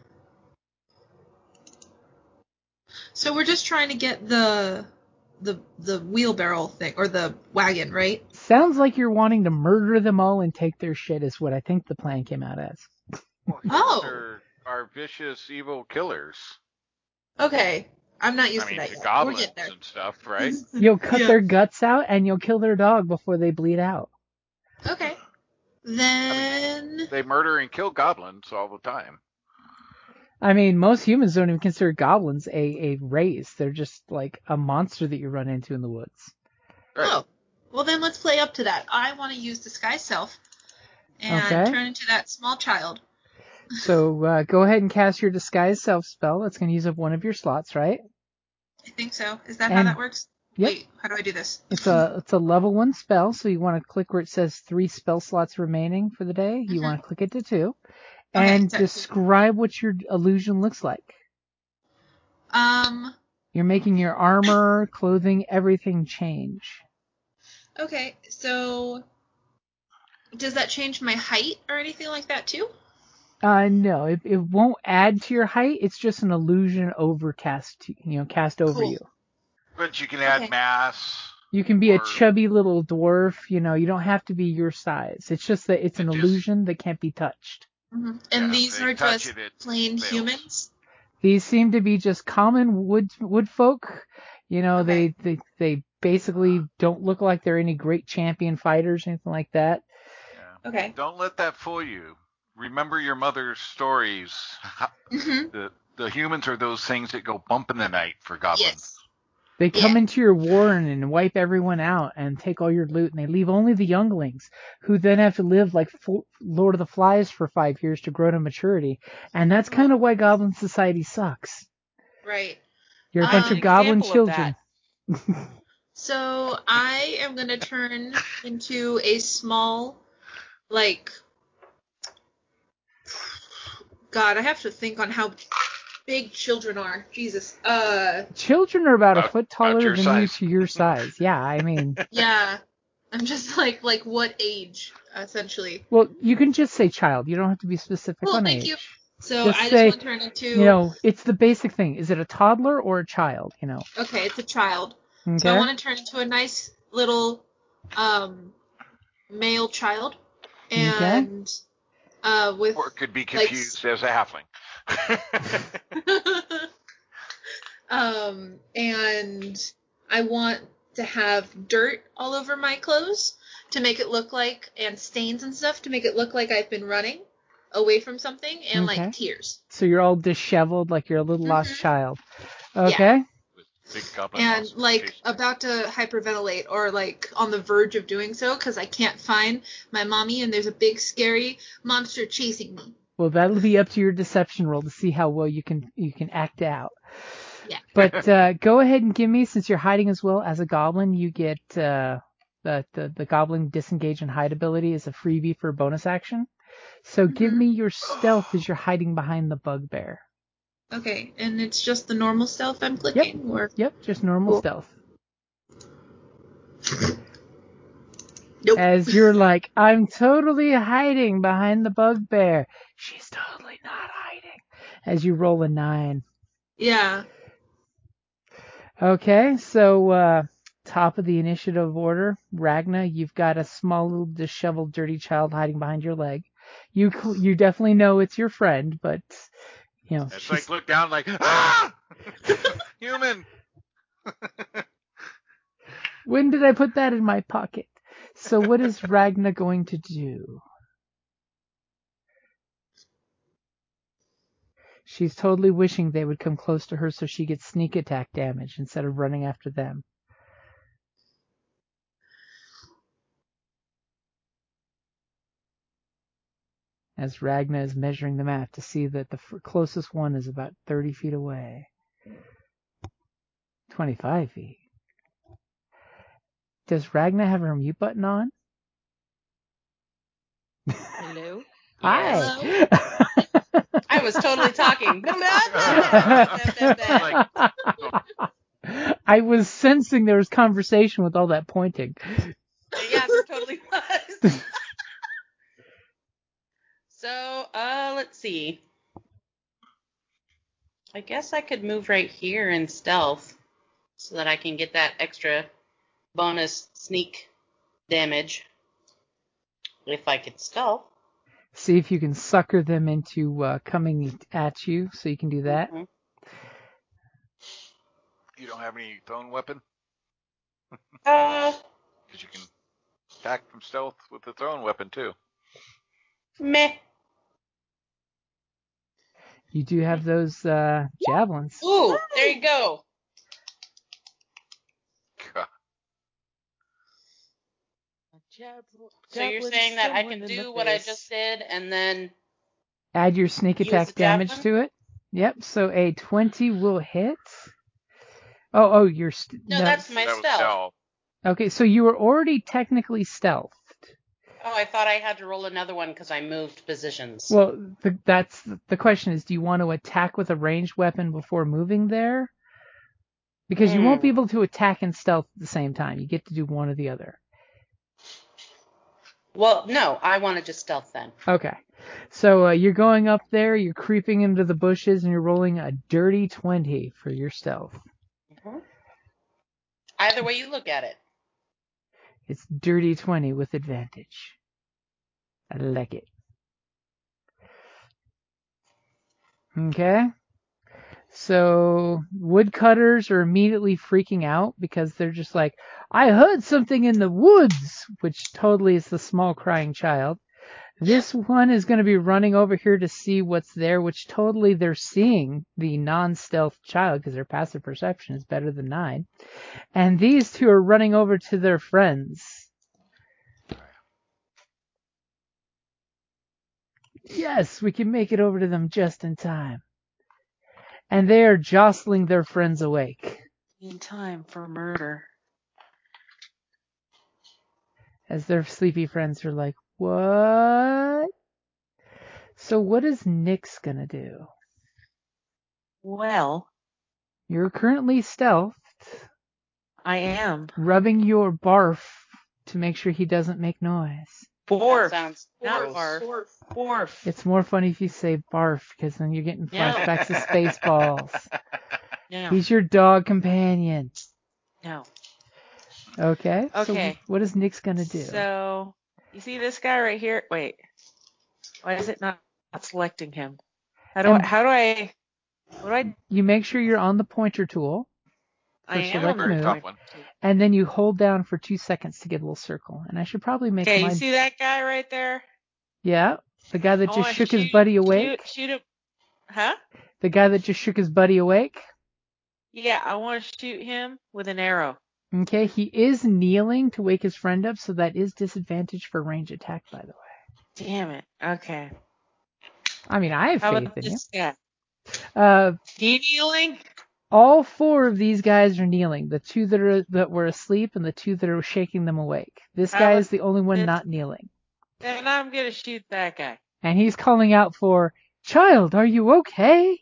[SPEAKER 5] So we're just trying to get the the the wheelbarrow thing or the wagon, right?
[SPEAKER 2] Sounds like you're wanting to murder them all and take their shit is what I think the plan came out as.
[SPEAKER 3] Well,
[SPEAKER 5] Oh.
[SPEAKER 3] Are, are vicious evil killers.
[SPEAKER 5] Okay, I'm not used
[SPEAKER 3] I mean,
[SPEAKER 5] to that
[SPEAKER 3] the
[SPEAKER 5] yet.
[SPEAKER 3] goblins
[SPEAKER 5] we'll get there.
[SPEAKER 3] and stuff, right?
[SPEAKER 2] You'll cut
[SPEAKER 5] Yeah.
[SPEAKER 2] their guts out and you'll kill their dog before they bleed out.
[SPEAKER 5] Okay. Then
[SPEAKER 3] they murder and kill goblins all the time.
[SPEAKER 2] I mean, most humans don't even consider goblins a, a race. They're just like a monster that you run into in the woods.
[SPEAKER 3] Right.
[SPEAKER 5] oh, well then let's play up to that. I want to use disguise self and
[SPEAKER 2] Okay.
[SPEAKER 5] turn into that small child.
[SPEAKER 2] So uh, go ahead and cast your disguise self spell. That's going to use up one of your slots, right?
[SPEAKER 5] I think so. Is that how
[SPEAKER 2] And-
[SPEAKER 5] that works?
[SPEAKER 2] Yep.
[SPEAKER 5] Wait, how do I do this?
[SPEAKER 2] It's a it's a level one spell, so you want to click where it says three spell slots remaining for the day. You
[SPEAKER 5] Mhm.
[SPEAKER 2] want to click it to two,
[SPEAKER 5] Okay,
[SPEAKER 2] and
[SPEAKER 5] so-
[SPEAKER 2] describe what your illusion looks like.
[SPEAKER 5] Um.
[SPEAKER 2] You're making your armor, clothing, everything change.
[SPEAKER 5] Okay, so does that change my height or anything like that too?
[SPEAKER 2] Uh, no, it, it won't add to your height. It's just an illusion overcast, to- you know, cast over
[SPEAKER 5] Cool.
[SPEAKER 2] you.
[SPEAKER 3] But you can add
[SPEAKER 5] Okay.
[SPEAKER 3] mass.
[SPEAKER 2] You can be a
[SPEAKER 3] Or-
[SPEAKER 2] chubby little dwarf. You know, you don't have to be your size. It's just that it's an
[SPEAKER 3] It just-
[SPEAKER 2] illusion that can't be touched.
[SPEAKER 5] Mm-hmm. And
[SPEAKER 3] Yeah,
[SPEAKER 5] these
[SPEAKER 3] they
[SPEAKER 5] are
[SPEAKER 3] touch it,
[SPEAKER 5] just
[SPEAKER 3] it
[SPEAKER 5] plain
[SPEAKER 3] fails.
[SPEAKER 5] humans.
[SPEAKER 2] These seem to be just common wood wood folk. You know,
[SPEAKER 5] Okay.
[SPEAKER 2] they, they they basically don't look like they're any great champion fighters or anything like that.
[SPEAKER 3] Yeah.
[SPEAKER 5] Okay.
[SPEAKER 3] Don't let that fool you. Remember your mother's stories.
[SPEAKER 5] hmm
[SPEAKER 3] The the humans are those things that go bump in the night for goblins.
[SPEAKER 5] Yes.
[SPEAKER 2] They come
[SPEAKER 5] Yeah.
[SPEAKER 2] into your warren and wipe everyone out and take all your loot, and they leave only the younglings, who then have to live like full Lord of the Flies for five years to grow to maturity. And
[SPEAKER 5] Mm.
[SPEAKER 2] that's kind of why Goblin Society sucks.
[SPEAKER 5] Right.
[SPEAKER 2] You're a
[SPEAKER 5] Uh,
[SPEAKER 2] bunch
[SPEAKER 5] an
[SPEAKER 2] of goblin
[SPEAKER 7] example of that.
[SPEAKER 2] children.
[SPEAKER 5] So I am going to turn into a small, like, God, I have to think on how big children are. Jesus. Uh,
[SPEAKER 2] Children are about, a
[SPEAKER 3] About-
[SPEAKER 2] foot taller
[SPEAKER 3] your
[SPEAKER 2] than
[SPEAKER 3] size.
[SPEAKER 2] you to your size. Yeah, I mean,
[SPEAKER 5] yeah. I'm just like, like what age, essentially.
[SPEAKER 2] well, you can just say child. You don't have to be specific
[SPEAKER 5] Well,
[SPEAKER 2] on
[SPEAKER 5] thank
[SPEAKER 2] age.
[SPEAKER 5] you. So
[SPEAKER 2] Just
[SPEAKER 5] I just
[SPEAKER 2] say,
[SPEAKER 5] want to turn into,
[SPEAKER 2] You know, it's the basic thing. Is it a toddler or a child? You know.
[SPEAKER 5] okay, it's a child.
[SPEAKER 2] Okay.
[SPEAKER 5] So I want to turn into a nice little um, male child,
[SPEAKER 2] Okay.
[SPEAKER 5] and uh, with
[SPEAKER 3] Or it could be
[SPEAKER 5] Like-
[SPEAKER 3] confused as a halfling.
[SPEAKER 5] um, and I want to have dirt all over my clothes to make it look like, and stains and stuff to make it look like I've been running away from something, and
[SPEAKER 2] Okay.
[SPEAKER 5] like tears.
[SPEAKER 2] So you're all disheveled, like you're a little lost
[SPEAKER 5] Mhm.
[SPEAKER 2] child.
[SPEAKER 5] Yeah.
[SPEAKER 2] Okay.
[SPEAKER 3] Big goblin
[SPEAKER 5] and
[SPEAKER 3] monster
[SPEAKER 5] like
[SPEAKER 3] chasing.
[SPEAKER 5] about to hyperventilate or like on the verge of doing so because I can't find my mommy and there's a big scary monster chasing me.
[SPEAKER 2] Well, that'll be up to your deception roll to see how well you can you can act out.
[SPEAKER 5] Yeah.
[SPEAKER 2] But uh, go ahead and give me, since you're hiding as well as a goblin, you get uh, the, the the goblin disengage and hide ability is a freebie for a bonus action. So give
[SPEAKER 5] Mhm.
[SPEAKER 2] me your stealth as you're hiding behind the bugbear.
[SPEAKER 5] Okay, and it's just the normal stealth I'm clicking. Or
[SPEAKER 2] Yep, just normal
[SPEAKER 5] Cool.
[SPEAKER 2] stealth.
[SPEAKER 5] nope.
[SPEAKER 2] As you're like, I'm totally hiding behind the bugbear. She's totally not hiding. As you roll a nine.
[SPEAKER 5] yeah.
[SPEAKER 2] Okay, so uh, top of the initiative order, Ragna, you've got a small little disheveled, dirty child hiding behind your leg. You cl- you definitely know it's your friend, but you know
[SPEAKER 3] It's
[SPEAKER 2] she's,
[SPEAKER 3] like look down, like ah, human.
[SPEAKER 2] when did I put that in my pocket? So what is Ragna going to do? She's totally wishing they would come close to her so she gets sneak attack damage instead of running after them. As Ragna is measuring the map to see that the f- closest one is about 30 feet away. 25 feet. Does Ragna have her mute button on?
[SPEAKER 4] Hello.
[SPEAKER 2] Hi.
[SPEAKER 4] I was totally talking.
[SPEAKER 2] I was sensing there was conversation with all that pointing.
[SPEAKER 4] yes, it totally was. so, uh, let's see. I guess I could move right here in stealth so that I can get that extra bonus sneak damage if I could stealth.
[SPEAKER 2] See if you can sucker them into uh, coming at you, so you can do that.
[SPEAKER 4] Mhm.
[SPEAKER 3] You don't have any thrown weapon
[SPEAKER 4] Uh,
[SPEAKER 3] because you can attack from stealth with the thrown weapon too.
[SPEAKER 4] meh.
[SPEAKER 2] You do have those uh, javelins.
[SPEAKER 4] Ooh, there you go.
[SPEAKER 3] God.
[SPEAKER 4] So you're saying that I can do what I just did and then
[SPEAKER 2] Add your sneak
[SPEAKER 4] Use
[SPEAKER 2] attack
[SPEAKER 4] the
[SPEAKER 2] damage
[SPEAKER 4] javelin?
[SPEAKER 2] to it. Yep. So a twenty will hit. Oh, oh, you're st-
[SPEAKER 4] No, that's my
[SPEAKER 3] that was
[SPEAKER 4] stealth.
[SPEAKER 3] stealth.
[SPEAKER 2] Okay, so you were already technically stealthed.
[SPEAKER 4] Oh, I thought I had to roll another one because I moved positions.
[SPEAKER 2] Well, the, that's the question is do you want to attack with a ranged weapon before moving there? Because you won't be able to attack and stealth at the same time. You get to do one or the other.
[SPEAKER 4] Well, no, I want to just stealth then.
[SPEAKER 2] Okay. So uh, you're going up there, you're creeping into the bushes, and you're rolling a dirty 20 for your stealth.
[SPEAKER 4] Either way you look at it.
[SPEAKER 2] It's dirty 20 with advantage. I like it. Okay. So woodcutters are immediately freaking out because they're just like, I heard something in the woods, which totally is the small crying child. This one is going to be running over here to see what's there, which totally they're seeing the non-stealth child because their passive perception is better than nine. And these two are running over to their friends. Yes, we can make it over to them just in time. And they are jostling their friends awake.
[SPEAKER 7] In time for murder.
[SPEAKER 2] as their sleepy friends are like, what? So what is Nyx gonna do?
[SPEAKER 8] Well,
[SPEAKER 2] You're currently stealthed,
[SPEAKER 8] I am.
[SPEAKER 2] rubbing your barf to make sure he doesn't make noise.
[SPEAKER 8] Borf.
[SPEAKER 4] That sounds
[SPEAKER 8] Not
[SPEAKER 4] gross.
[SPEAKER 8] barf. Borf.
[SPEAKER 2] It's more funny if you say barf, because then you're getting
[SPEAKER 8] No.
[SPEAKER 2] flashbacks to Spaceballs.
[SPEAKER 8] No.
[SPEAKER 2] He's your dog companion.
[SPEAKER 8] no.
[SPEAKER 2] Okay.
[SPEAKER 8] Okay.
[SPEAKER 2] So what is Nick's gonna do?
[SPEAKER 8] So you see this guy right here? Wait. Why is it not, not selecting him? How do
[SPEAKER 2] And-
[SPEAKER 8] I how do I what do I
[SPEAKER 2] you make sure you're on the pointer tool,
[SPEAKER 8] I
[SPEAKER 2] First
[SPEAKER 8] am
[SPEAKER 2] select
[SPEAKER 8] on the
[SPEAKER 2] move.
[SPEAKER 3] Top one.
[SPEAKER 2] and then you hold down for two seconds to get a little circle. And I should probably make
[SPEAKER 8] Okay,
[SPEAKER 2] mine.
[SPEAKER 8] you see that guy right there?
[SPEAKER 2] Yeah, the guy that
[SPEAKER 8] I
[SPEAKER 2] just
[SPEAKER 8] wanna
[SPEAKER 2] shook his
[SPEAKER 8] shoot-
[SPEAKER 2] buddy awake.
[SPEAKER 8] Shoot, shoot him. Huh?
[SPEAKER 2] The guy that just shook his buddy awake.
[SPEAKER 8] Yeah, I want to shoot him with an arrow.
[SPEAKER 2] Okay, he is kneeling to wake his friend up, so that is disadvantage for range attack. By the way,
[SPEAKER 8] Damn it. Okay.
[SPEAKER 2] I mean I have
[SPEAKER 8] How
[SPEAKER 2] faith
[SPEAKER 8] about
[SPEAKER 2] in you.
[SPEAKER 8] this guy?
[SPEAKER 2] Uh,
[SPEAKER 8] He kneeling?
[SPEAKER 2] all four of these guys are kneeling. The two that are that were asleep and the two that are shaking them awake. This
[SPEAKER 8] How
[SPEAKER 2] guy
[SPEAKER 8] about
[SPEAKER 2] is the only one
[SPEAKER 8] this?
[SPEAKER 2] not kneeling,
[SPEAKER 8] Then I'm gonna shoot that guy.
[SPEAKER 2] and he's calling out for, "Child, are you okay?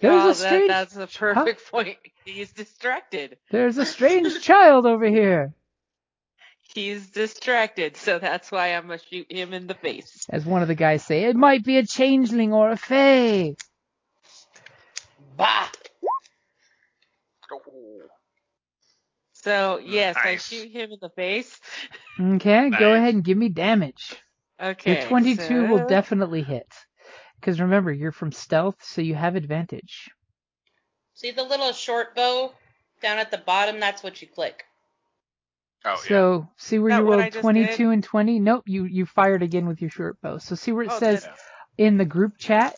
[SPEAKER 2] There's
[SPEAKER 8] Oh,
[SPEAKER 2] a strange,
[SPEAKER 8] that, that's the perfect point. He's distracted.
[SPEAKER 2] there's a strange child over here."
[SPEAKER 8] He's distracted, so that's why I'm gonna shoot him in the face.
[SPEAKER 2] As one of the guys say, "It might be a changeling or a fae."
[SPEAKER 4] Bah.
[SPEAKER 3] Oh,
[SPEAKER 8] So yes, I
[SPEAKER 3] Nice.
[SPEAKER 8] shoot him in the face.
[SPEAKER 2] Okay, go
[SPEAKER 3] Nice.
[SPEAKER 2] ahead and give me damage.
[SPEAKER 8] Okay.
[SPEAKER 2] Your 22 will
[SPEAKER 8] so-
[SPEAKER 2] definitely hit. Because remember, you're from stealth, so you have advantage.
[SPEAKER 4] See the little short bow down at the bottom? That's what you click.
[SPEAKER 3] Oh, yeah.
[SPEAKER 2] so see where
[SPEAKER 8] Oh, That
[SPEAKER 2] you
[SPEAKER 8] what I
[SPEAKER 2] rolled
[SPEAKER 8] just
[SPEAKER 2] 22
[SPEAKER 8] did?
[SPEAKER 2] and 20? Nope, you, you fired again with your short bow. So see where it
[SPEAKER 8] Oh,
[SPEAKER 2] says
[SPEAKER 8] did
[SPEAKER 2] in the group chat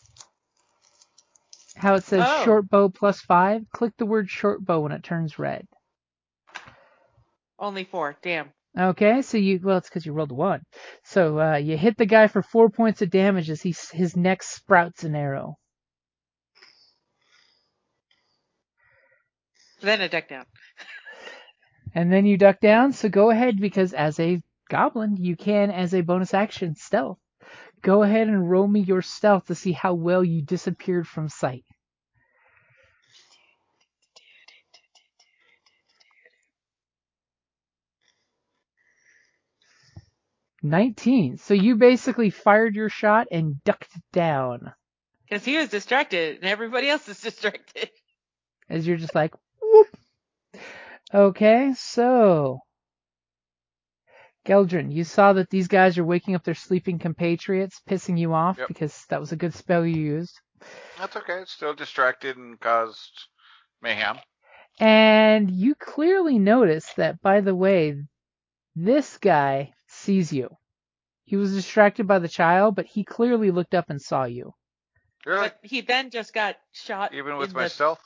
[SPEAKER 2] how it says
[SPEAKER 8] Oh.
[SPEAKER 2] short bow plus five? Click the word short bow when it turns red.
[SPEAKER 8] Only four. Damn.
[SPEAKER 2] Okay, so you well, it's because you rolled a one. So uh, you hit the guy for four points of damage as he s- his neck sprouts an arrow.
[SPEAKER 8] Then a deck down.
[SPEAKER 2] And then you duck down, so go ahead because as a goblin, you can, as a bonus action, stealth. Go ahead and roll me your stealth to see how well you disappeared from sight. Nineteen. So you basically fired your shot and ducked down
[SPEAKER 8] Because he was distracted and everybody else is distracted.
[SPEAKER 2] as you're just like whoop. Okay, so Geldrin, you saw that these guys are waking up their sleeping compatriots, pissing you off
[SPEAKER 3] Yep.
[SPEAKER 2] because that was a good spell you used.
[SPEAKER 3] That's okay. It's still distracted and caused mayhem.
[SPEAKER 2] And you clearly notice that, by the way, this guy sees you. He was distracted by the child, but he clearly looked up and saw you.
[SPEAKER 3] Really?
[SPEAKER 8] But he then just got shot.
[SPEAKER 3] Even with
[SPEAKER 8] in
[SPEAKER 3] my
[SPEAKER 8] the-
[SPEAKER 3] stealth?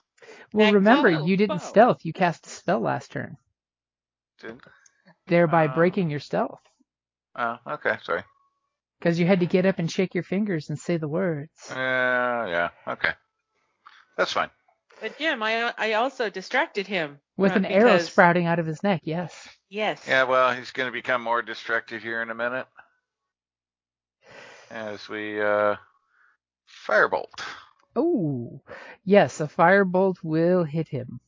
[SPEAKER 2] Well,
[SPEAKER 8] Next
[SPEAKER 2] remember,
[SPEAKER 8] level.
[SPEAKER 2] you didn't
[SPEAKER 8] Whoa.
[SPEAKER 2] stealth. You cast a spell last turn,
[SPEAKER 3] Didn't?
[SPEAKER 2] thereby
[SPEAKER 3] Ah.
[SPEAKER 2] breaking your stealth.
[SPEAKER 3] Oh, okay. Sorry.
[SPEAKER 2] Because you had to get up and shake your fingers and say the words.
[SPEAKER 3] Uh, yeah. Okay. That's fine.
[SPEAKER 8] But Jim, I I also distracted him
[SPEAKER 2] With
[SPEAKER 8] from-
[SPEAKER 2] an arrow
[SPEAKER 8] Uh, because-
[SPEAKER 2] sprouting out of his neck, yes.
[SPEAKER 8] Yes.
[SPEAKER 3] Yeah, well, he's going to become more destructive here in a minute as we uh, firebolt.
[SPEAKER 2] Oh, yes, a firebolt will hit him.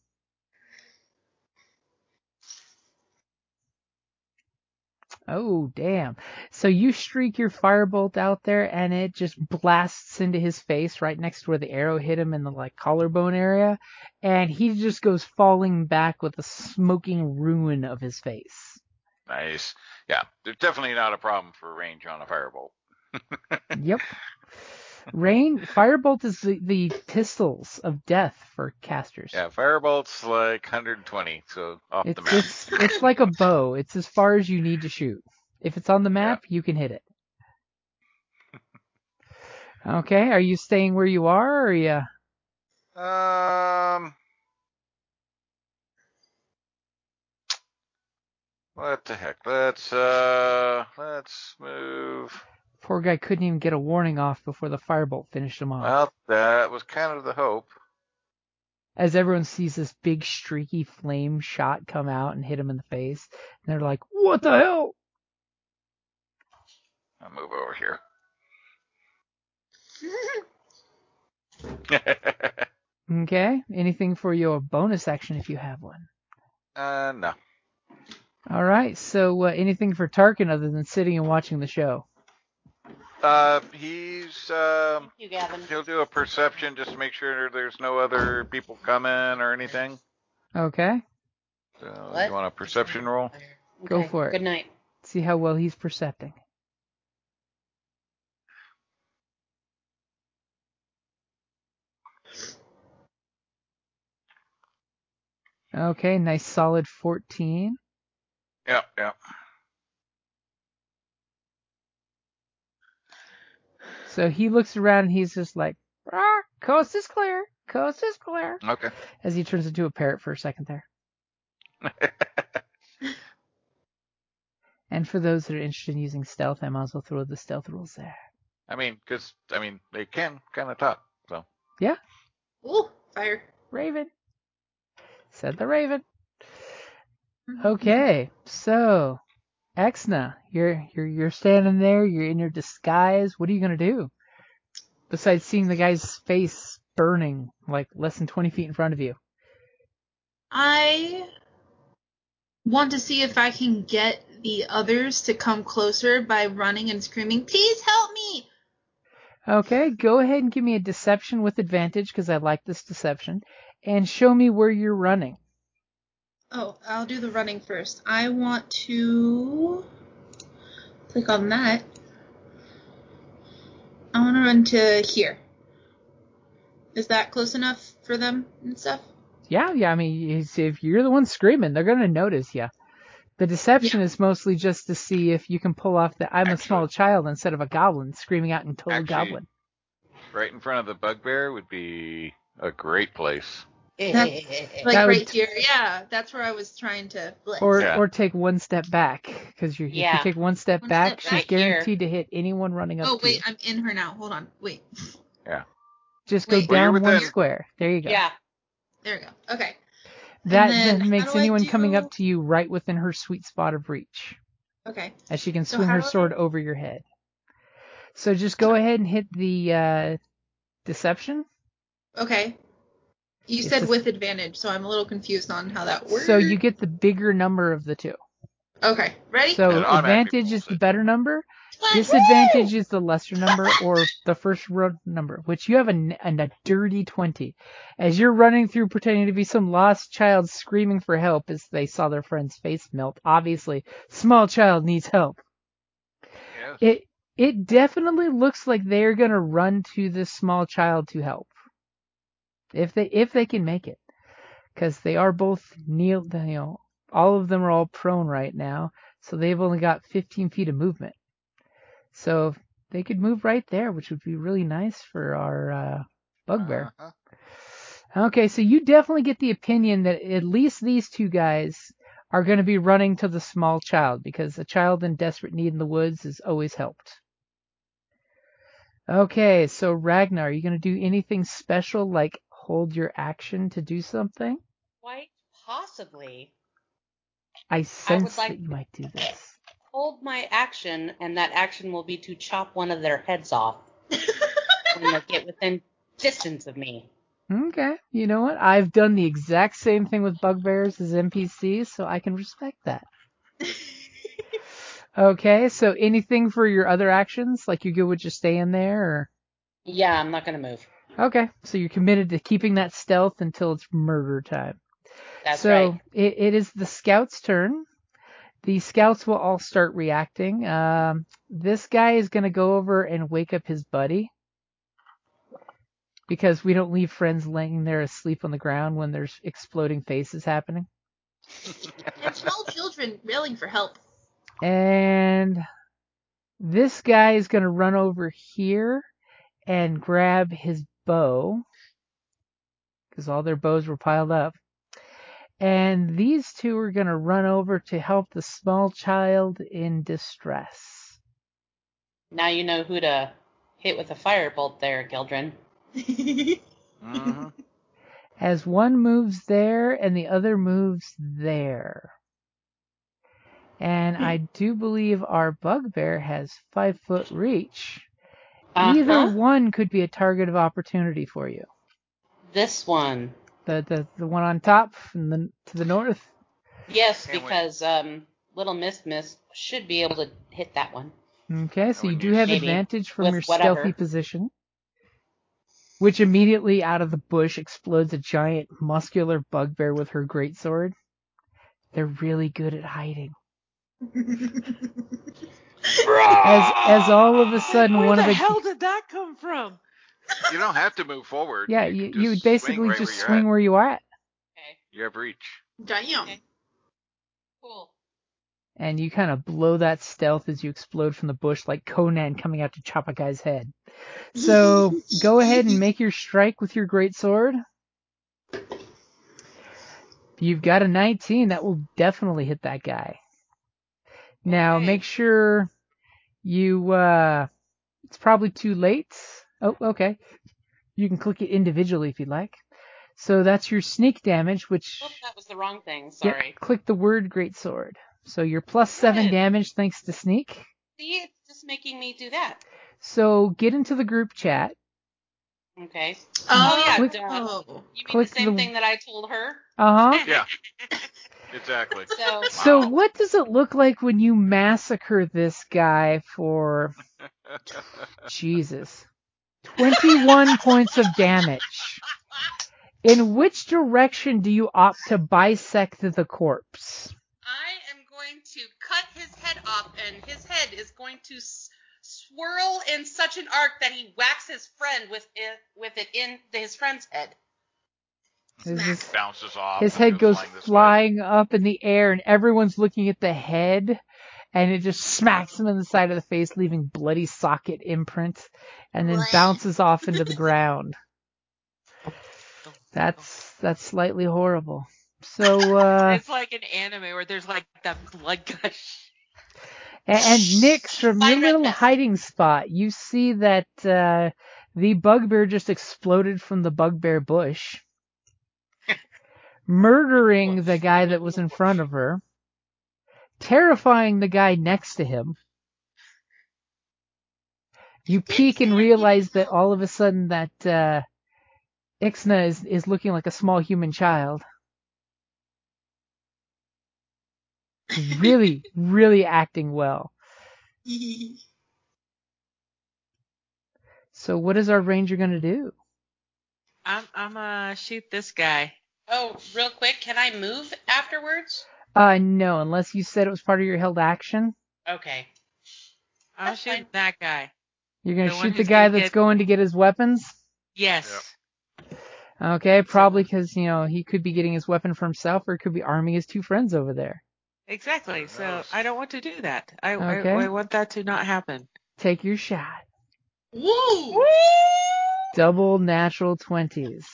[SPEAKER 2] Oh, damn. So you streak your firebolt out there and it just blasts into his face right next to where the arrow hit him in the like collarbone area. And he just goes falling back with a smoking ruin of his face.
[SPEAKER 3] Nice. Yeah, there's definitely not a problem for range on a firebolt.
[SPEAKER 2] Yep. Rain, firebolt is the, the pistols of death for casters.
[SPEAKER 3] Yeah, firebolt's like 120, so off the
[SPEAKER 2] It's,
[SPEAKER 3] map.
[SPEAKER 2] it's it's like a bow. It's as far as you need to shoot. If it's on the map, you can hit it. Okay, are you staying where you are, or are you?
[SPEAKER 3] Um. What the heck? Let's uh, let's move.
[SPEAKER 2] Poor guy couldn't even get a warning off before the firebolt finished him off.
[SPEAKER 3] Well, that was kind of the hope.
[SPEAKER 2] As everyone sees this big streaky flame shot come out and hit him in the face, and they're like, "What the hell?"
[SPEAKER 3] I'll move over here.
[SPEAKER 2] Okay. Anything for your bonus action if you have one.
[SPEAKER 3] uh, no.
[SPEAKER 2] All right. So uh, anything for Tarkin other than sitting and watching the show?
[SPEAKER 3] Uh, he's um,
[SPEAKER 4] Thank you, Gavin.
[SPEAKER 3] he'll do a perception just to make sure there's no other people coming or anything.
[SPEAKER 2] Okay.
[SPEAKER 3] So
[SPEAKER 4] What?
[SPEAKER 3] you want a perception roll?
[SPEAKER 2] Go
[SPEAKER 4] Okay,
[SPEAKER 2] for it.
[SPEAKER 4] Good night.
[SPEAKER 2] See how well he's percepting. Okay, nice solid 14.
[SPEAKER 3] Yep, yep.
[SPEAKER 2] So he looks around and he's just like, ah, coast is clear, coast is clear,
[SPEAKER 3] Okay.
[SPEAKER 2] as he turns into a parrot for a second there. and for those that are interested in using stealth, I might as well throw the stealth rules there.
[SPEAKER 3] I mean, 'cause I mean, they can kind of talk. So
[SPEAKER 5] Ooh, fire.
[SPEAKER 2] Raven. Said the Raven. Okay, so Exna, you're you're you're standing there. You're in your disguise. What are you gonna do? Besides seeing the guy's face burning like less than 20 feet in front of you.
[SPEAKER 5] I want to see if I can get the others to come closer by running and screaming, "Please help me!"
[SPEAKER 2] Okay, go ahead and give me a deception with advantage because I like this deception, and show me where you're running.
[SPEAKER 5] Oh, I'll do the running first. I want to click on that. I want to run to here. Is that close enough for them and stuff?
[SPEAKER 2] Yeah, yeah. I mean, it's- if you're the one screaming, they're gonna notice you. The deception is mostly just to see if you can pull off the "I'm a
[SPEAKER 3] Actually-
[SPEAKER 2] small child" instead of a goblin screaming out in total
[SPEAKER 3] Actually-
[SPEAKER 2] goblin.
[SPEAKER 3] right in front of the bugbear would be a great place.
[SPEAKER 5] Like
[SPEAKER 2] That would-
[SPEAKER 5] right here. Yeah, that's where I was trying to blitz.
[SPEAKER 2] Or
[SPEAKER 3] Yeah.
[SPEAKER 2] or take one step back because you're if
[SPEAKER 4] Yeah.
[SPEAKER 2] you take one step
[SPEAKER 5] One
[SPEAKER 2] back,
[SPEAKER 5] step
[SPEAKER 2] she's
[SPEAKER 4] back here.
[SPEAKER 2] guaranteed to hit anyone running up
[SPEAKER 5] oh
[SPEAKER 2] to you.
[SPEAKER 5] wait, I'm in her now. Hold on. Wait.
[SPEAKER 2] Just go
[SPEAKER 5] wait.
[SPEAKER 3] Well, you're
[SPEAKER 2] down one
[SPEAKER 3] within-
[SPEAKER 2] square. There you go.
[SPEAKER 4] Yeah.
[SPEAKER 5] There we go. Okay.
[SPEAKER 2] That
[SPEAKER 5] And then
[SPEAKER 2] then makes
[SPEAKER 5] how do I
[SPEAKER 2] anyone coming
[SPEAKER 5] do-
[SPEAKER 2] up to you right within her sweet spot of reach.
[SPEAKER 5] Okay.
[SPEAKER 2] as she can
[SPEAKER 5] So
[SPEAKER 2] swing
[SPEAKER 5] how
[SPEAKER 2] her
[SPEAKER 5] do I-
[SPEAKER 2] sword over your head. So just go ahead and hit the uh, deception.
[SPEAKER 5] Okay. You
[SPEAKER 2] It's
[SPEAKER 5] said
[SPEAKER 2] just-
[SPEAKER 5] with advantage, so I'm a little confused on how that works.
[SPEAKER 2] So you get the bigger number of the two.
[SPEAKER 5] Okay. Ready?
[SPEAKER 2] So
[SPEAKER 3] It automatically
[SPEAKER 2] advantage is
[SPEAKER 3] rolls
[SPEAKER 2] the
[SPEAKER 3] it.
[SPEAKER 2] better number,
[SPEAKER 5] One.
[SPEAKER 2] disadvantage is the lesser number, or the first road number, which you have a, n- a n- dirty 20. As you're running through pretending to be some lost child screaming for help as they saw their friend's face melt. Obviously, small child needs help.
[SPEAKER 3] Yes.
[SPEAKER 2] It, it definitely looks like they're gonna run to this small child to help. if they if they can make it, because they are both kneel. You know, all of them are all prone right now, so they've only got 15 feet of movement. So if they could move right there, which would be really nice for our uh, bugbear.
[SPEAKER 3] Uh-huh.
[SPEAKER 2] Okay, so you definitely get the opinion that at least these two guys are going to be running to the small child because a child in desperate need in the woods is always helped. Okay, so Ragnar, are you going to do anything special like hold your action to do something?
[SPEAKER 4] Quite possibly
[SPEAKER 2] I sense
[SPEAKER 4] like-
[SPEAKER 2] that you might do this.
[SPEAKER 4] hold my action, and that action will be to chop one of their heads off when they get within distance of me.
[SPEAKER 2] Okay, you know what? I've done the exact same thing with bugbears as NPCs, so I can respect that. Okay, so anything for your other actions? Like you good with just staying there or
[SPEAKER 4] Yeah, I'm not gonna move.
[SPEAKER 2] Okay, so you're committed to keeping that stealth until it's murder time.
[SPEAKER 4] That's
[SPEAKER 2] so
[SPEAKER 4] right.
[SPEAKER 2] it, it is the scout's turn. The scouts will all start reacting. Um, this guy is going to go over and wake up his buddy because we don't leave friends laying there asleep on the ground when there's exploding faces happening.
[SPEAKER 5] and small children railing for help.
[SPEAKER 2] And this guy is going to run over here and grab his bow because all their bows were piled up. And these two are going to run over to help the small child in distress.
[SPEAKER 4] Now you know who to hit with a firebolt there, Gildren.
[SPEAKER 3] hmm
[SPEAKER 2] As one moves there and the other moves there. And I do believe our bugbear has five foot reach. Either
[SPEAKER 4] Uh-huh.
[SPEAKER 2] one could be a target of opportunity for you.
[SPEAKER 4] This one.
[SPEAKER 2] The the, the one on top from the, to the north.
[SPEAKER 4] Yes,
[SPEAKER 3] Can't wait.
[SPEAKER 4] because um, Little Miss Miss should be able to hit that one.
[SPEAKER 2] Okay, so
[SPEAKER 3] I
[SPEAKER 2] you
[SPEAKER 3] would
[SPEAKER 2] do
[SPEAKER 3] use-
[SPEAKER 2] have
[SPEAKER 4] Maybe.
[SPEAKER 2] advantage from
[SPEAKER 4] With
[SPEAKER 2] your
[SPEAKER 4] whatever.
[SPEAKER 2] stealthy position, which immediately out of the bush explodes a giant muscular bugbear with her greatsword. They're really good at hiding. As as all of a sudden
[SPEAKER 7] Where
[SPEAKER 2] one
[SPEAKER 7] the
[SPEAKER 2] of the
[SPEAKER 7] hell did that come from?
[SPEAKER 3] You don't have to move forward.
[SPEAKER 2] yeah
[SPEAKER 3] you,
[SPEAKER 2] you,
[SPEAKER 3] can
[SPEAKER 2] you would
[SPEAKER 3] just
[SPEAKER 2] basically
[SPEAKER 3] swing right
[SPEAKER 2] just
[SPEAKER 3] where
[SPEAKER 2] swing
[SPEAKER 3] You're at.
[SPEAKER 2] where you are at,
[SPEAKER 4] Okay.
[SPEAKER 3] You have reach.
[SPEAKER 5] Damn.
[SPEAKER 4] Cool.
[SPEAKER 2] and you kind of blow that stealth as you explode from the bush like Conan coming out to chop a guy's head. So go ahead and make your strike with your great sword. You've got a 19. That will definitely hit that guy. Now
[SPEAKER 4] Okay.
[SPEAKER 2] make sure you. Uh, it's probably too late. Oh, okay. You can click it individually if you'd like. So that's your sneak damage, which
[SPEAKER 4] Oh, that was the wrong thing.
[SPEAKER 2] Yep,
[SPEAKER 4] Sorry.
[SPEAKER 2] click the word great sword. So you're plus seven
[SPEAKER 4] Good.
[SPEAKER 2] damage thanks to sneak.
[SPEAKER 4] See, it's just making me do that.
[SPEAKER 2] So get into the group chat.
[SPEAKER 4] Okay.
[SPEAKER 5] Oh,
[SPEAKER 4] yeah,
[SPEAKER 2] Click-
[SPEAKER 4] duh.
[SPEAKER 5] Oh.
[SPEAKER 4] You mean
[SPEAKER 2] Click
[SPEAKER 4] the same
[SPEAKER 2] the-
[SPEAKER 4] thing that I told her?
[SPEAKER 2] Uh huh.
[SPEAKER 3] Yeah. exactly.
[SPEAKER 4] So
[SPEAKER 2] So
[SPEAKER 3] Wow.
[SPEAKER 2] what does it look like when you massacre this guy for Jesus? 21 points of damage. In which direction do you opt to bisect the corpse?
[SPEAKER 5] I am going to cut his head off, and his head is going to s- swirl in such an arc that he whacks his friend with it, with it in his friend's head.
[SPEAKER 2] His, his-
[SPEAKER 3] Bounces off.
[SPEAKER 2] his
[SPEAKER 3] and
[SPEAKER 2] head goes
[SPEAKER 3] this way.
[SPEAKER 2] flying up in the air, and everyone's looking at the head, and it just smacks him in the side of the face, leaving bloody socket imprint, and then bounces off into the ground. That's that's slightly horrible. So uh,
[SPEAKER 8] it's like an anime where there's like that blood gush.
[SPEAKER 2] And, and Nix, from your
[SPEAKER 5] Fine red
[SPEAKER 2] little
[SPEAKER 5] vest.
[SPEAKER 2] hiding spot, you see that uh, the bugbear just exploded from the bugbear bush, murdering the guy that was in front of her, terrifying the guy next to him. You peek and realize that all of a sudden that uh, Ixna is, is looking like a small human child. Really, really acting well. So what is our ranger going to do?
[SPEAKER 8] I'm I'm uh shoot this guy.
[SPEAKER 4] Oh, real quick, can I move afterwards?
[SPEAKER 2] Uh, no, unless you said it was part of your held action.
[SPEAKER 4] Okay.
[SPEAKER 8] I'm
[SPEAKER 4] That's fine.
[SPEAKER 8] shooting that guy.
[SPEAKER 2] You're gonna
[SPEAKER 8] The one
[SPEAKER 2] shoot the
[SPEAKER 8] who's
[SPEAKER 2] guy
[SPEAKER 8] gonna
[SPEAKER 2] that's
[SPEAKER 8] get-
[SPEAKER 2] going to get his weapons.
[SPEAKER 8] Yes.
[SPEAKER 2] Okay, probably because you know he could be getting his weapon for himself, or he could be arming his two friends over there.
[SPEAKER 8] Exactly. So
[SPEAKER 3] knows?
[SPEAKER 8] I don't want to do that. I,
[SPEAKER 2] Okay.
[SPEAKER 8] I I want that to not happen.
[SPEAKER 2] Take your shot.
[SPEAKER 5] Woo!
[SPEAKER 2] Double natural twenties.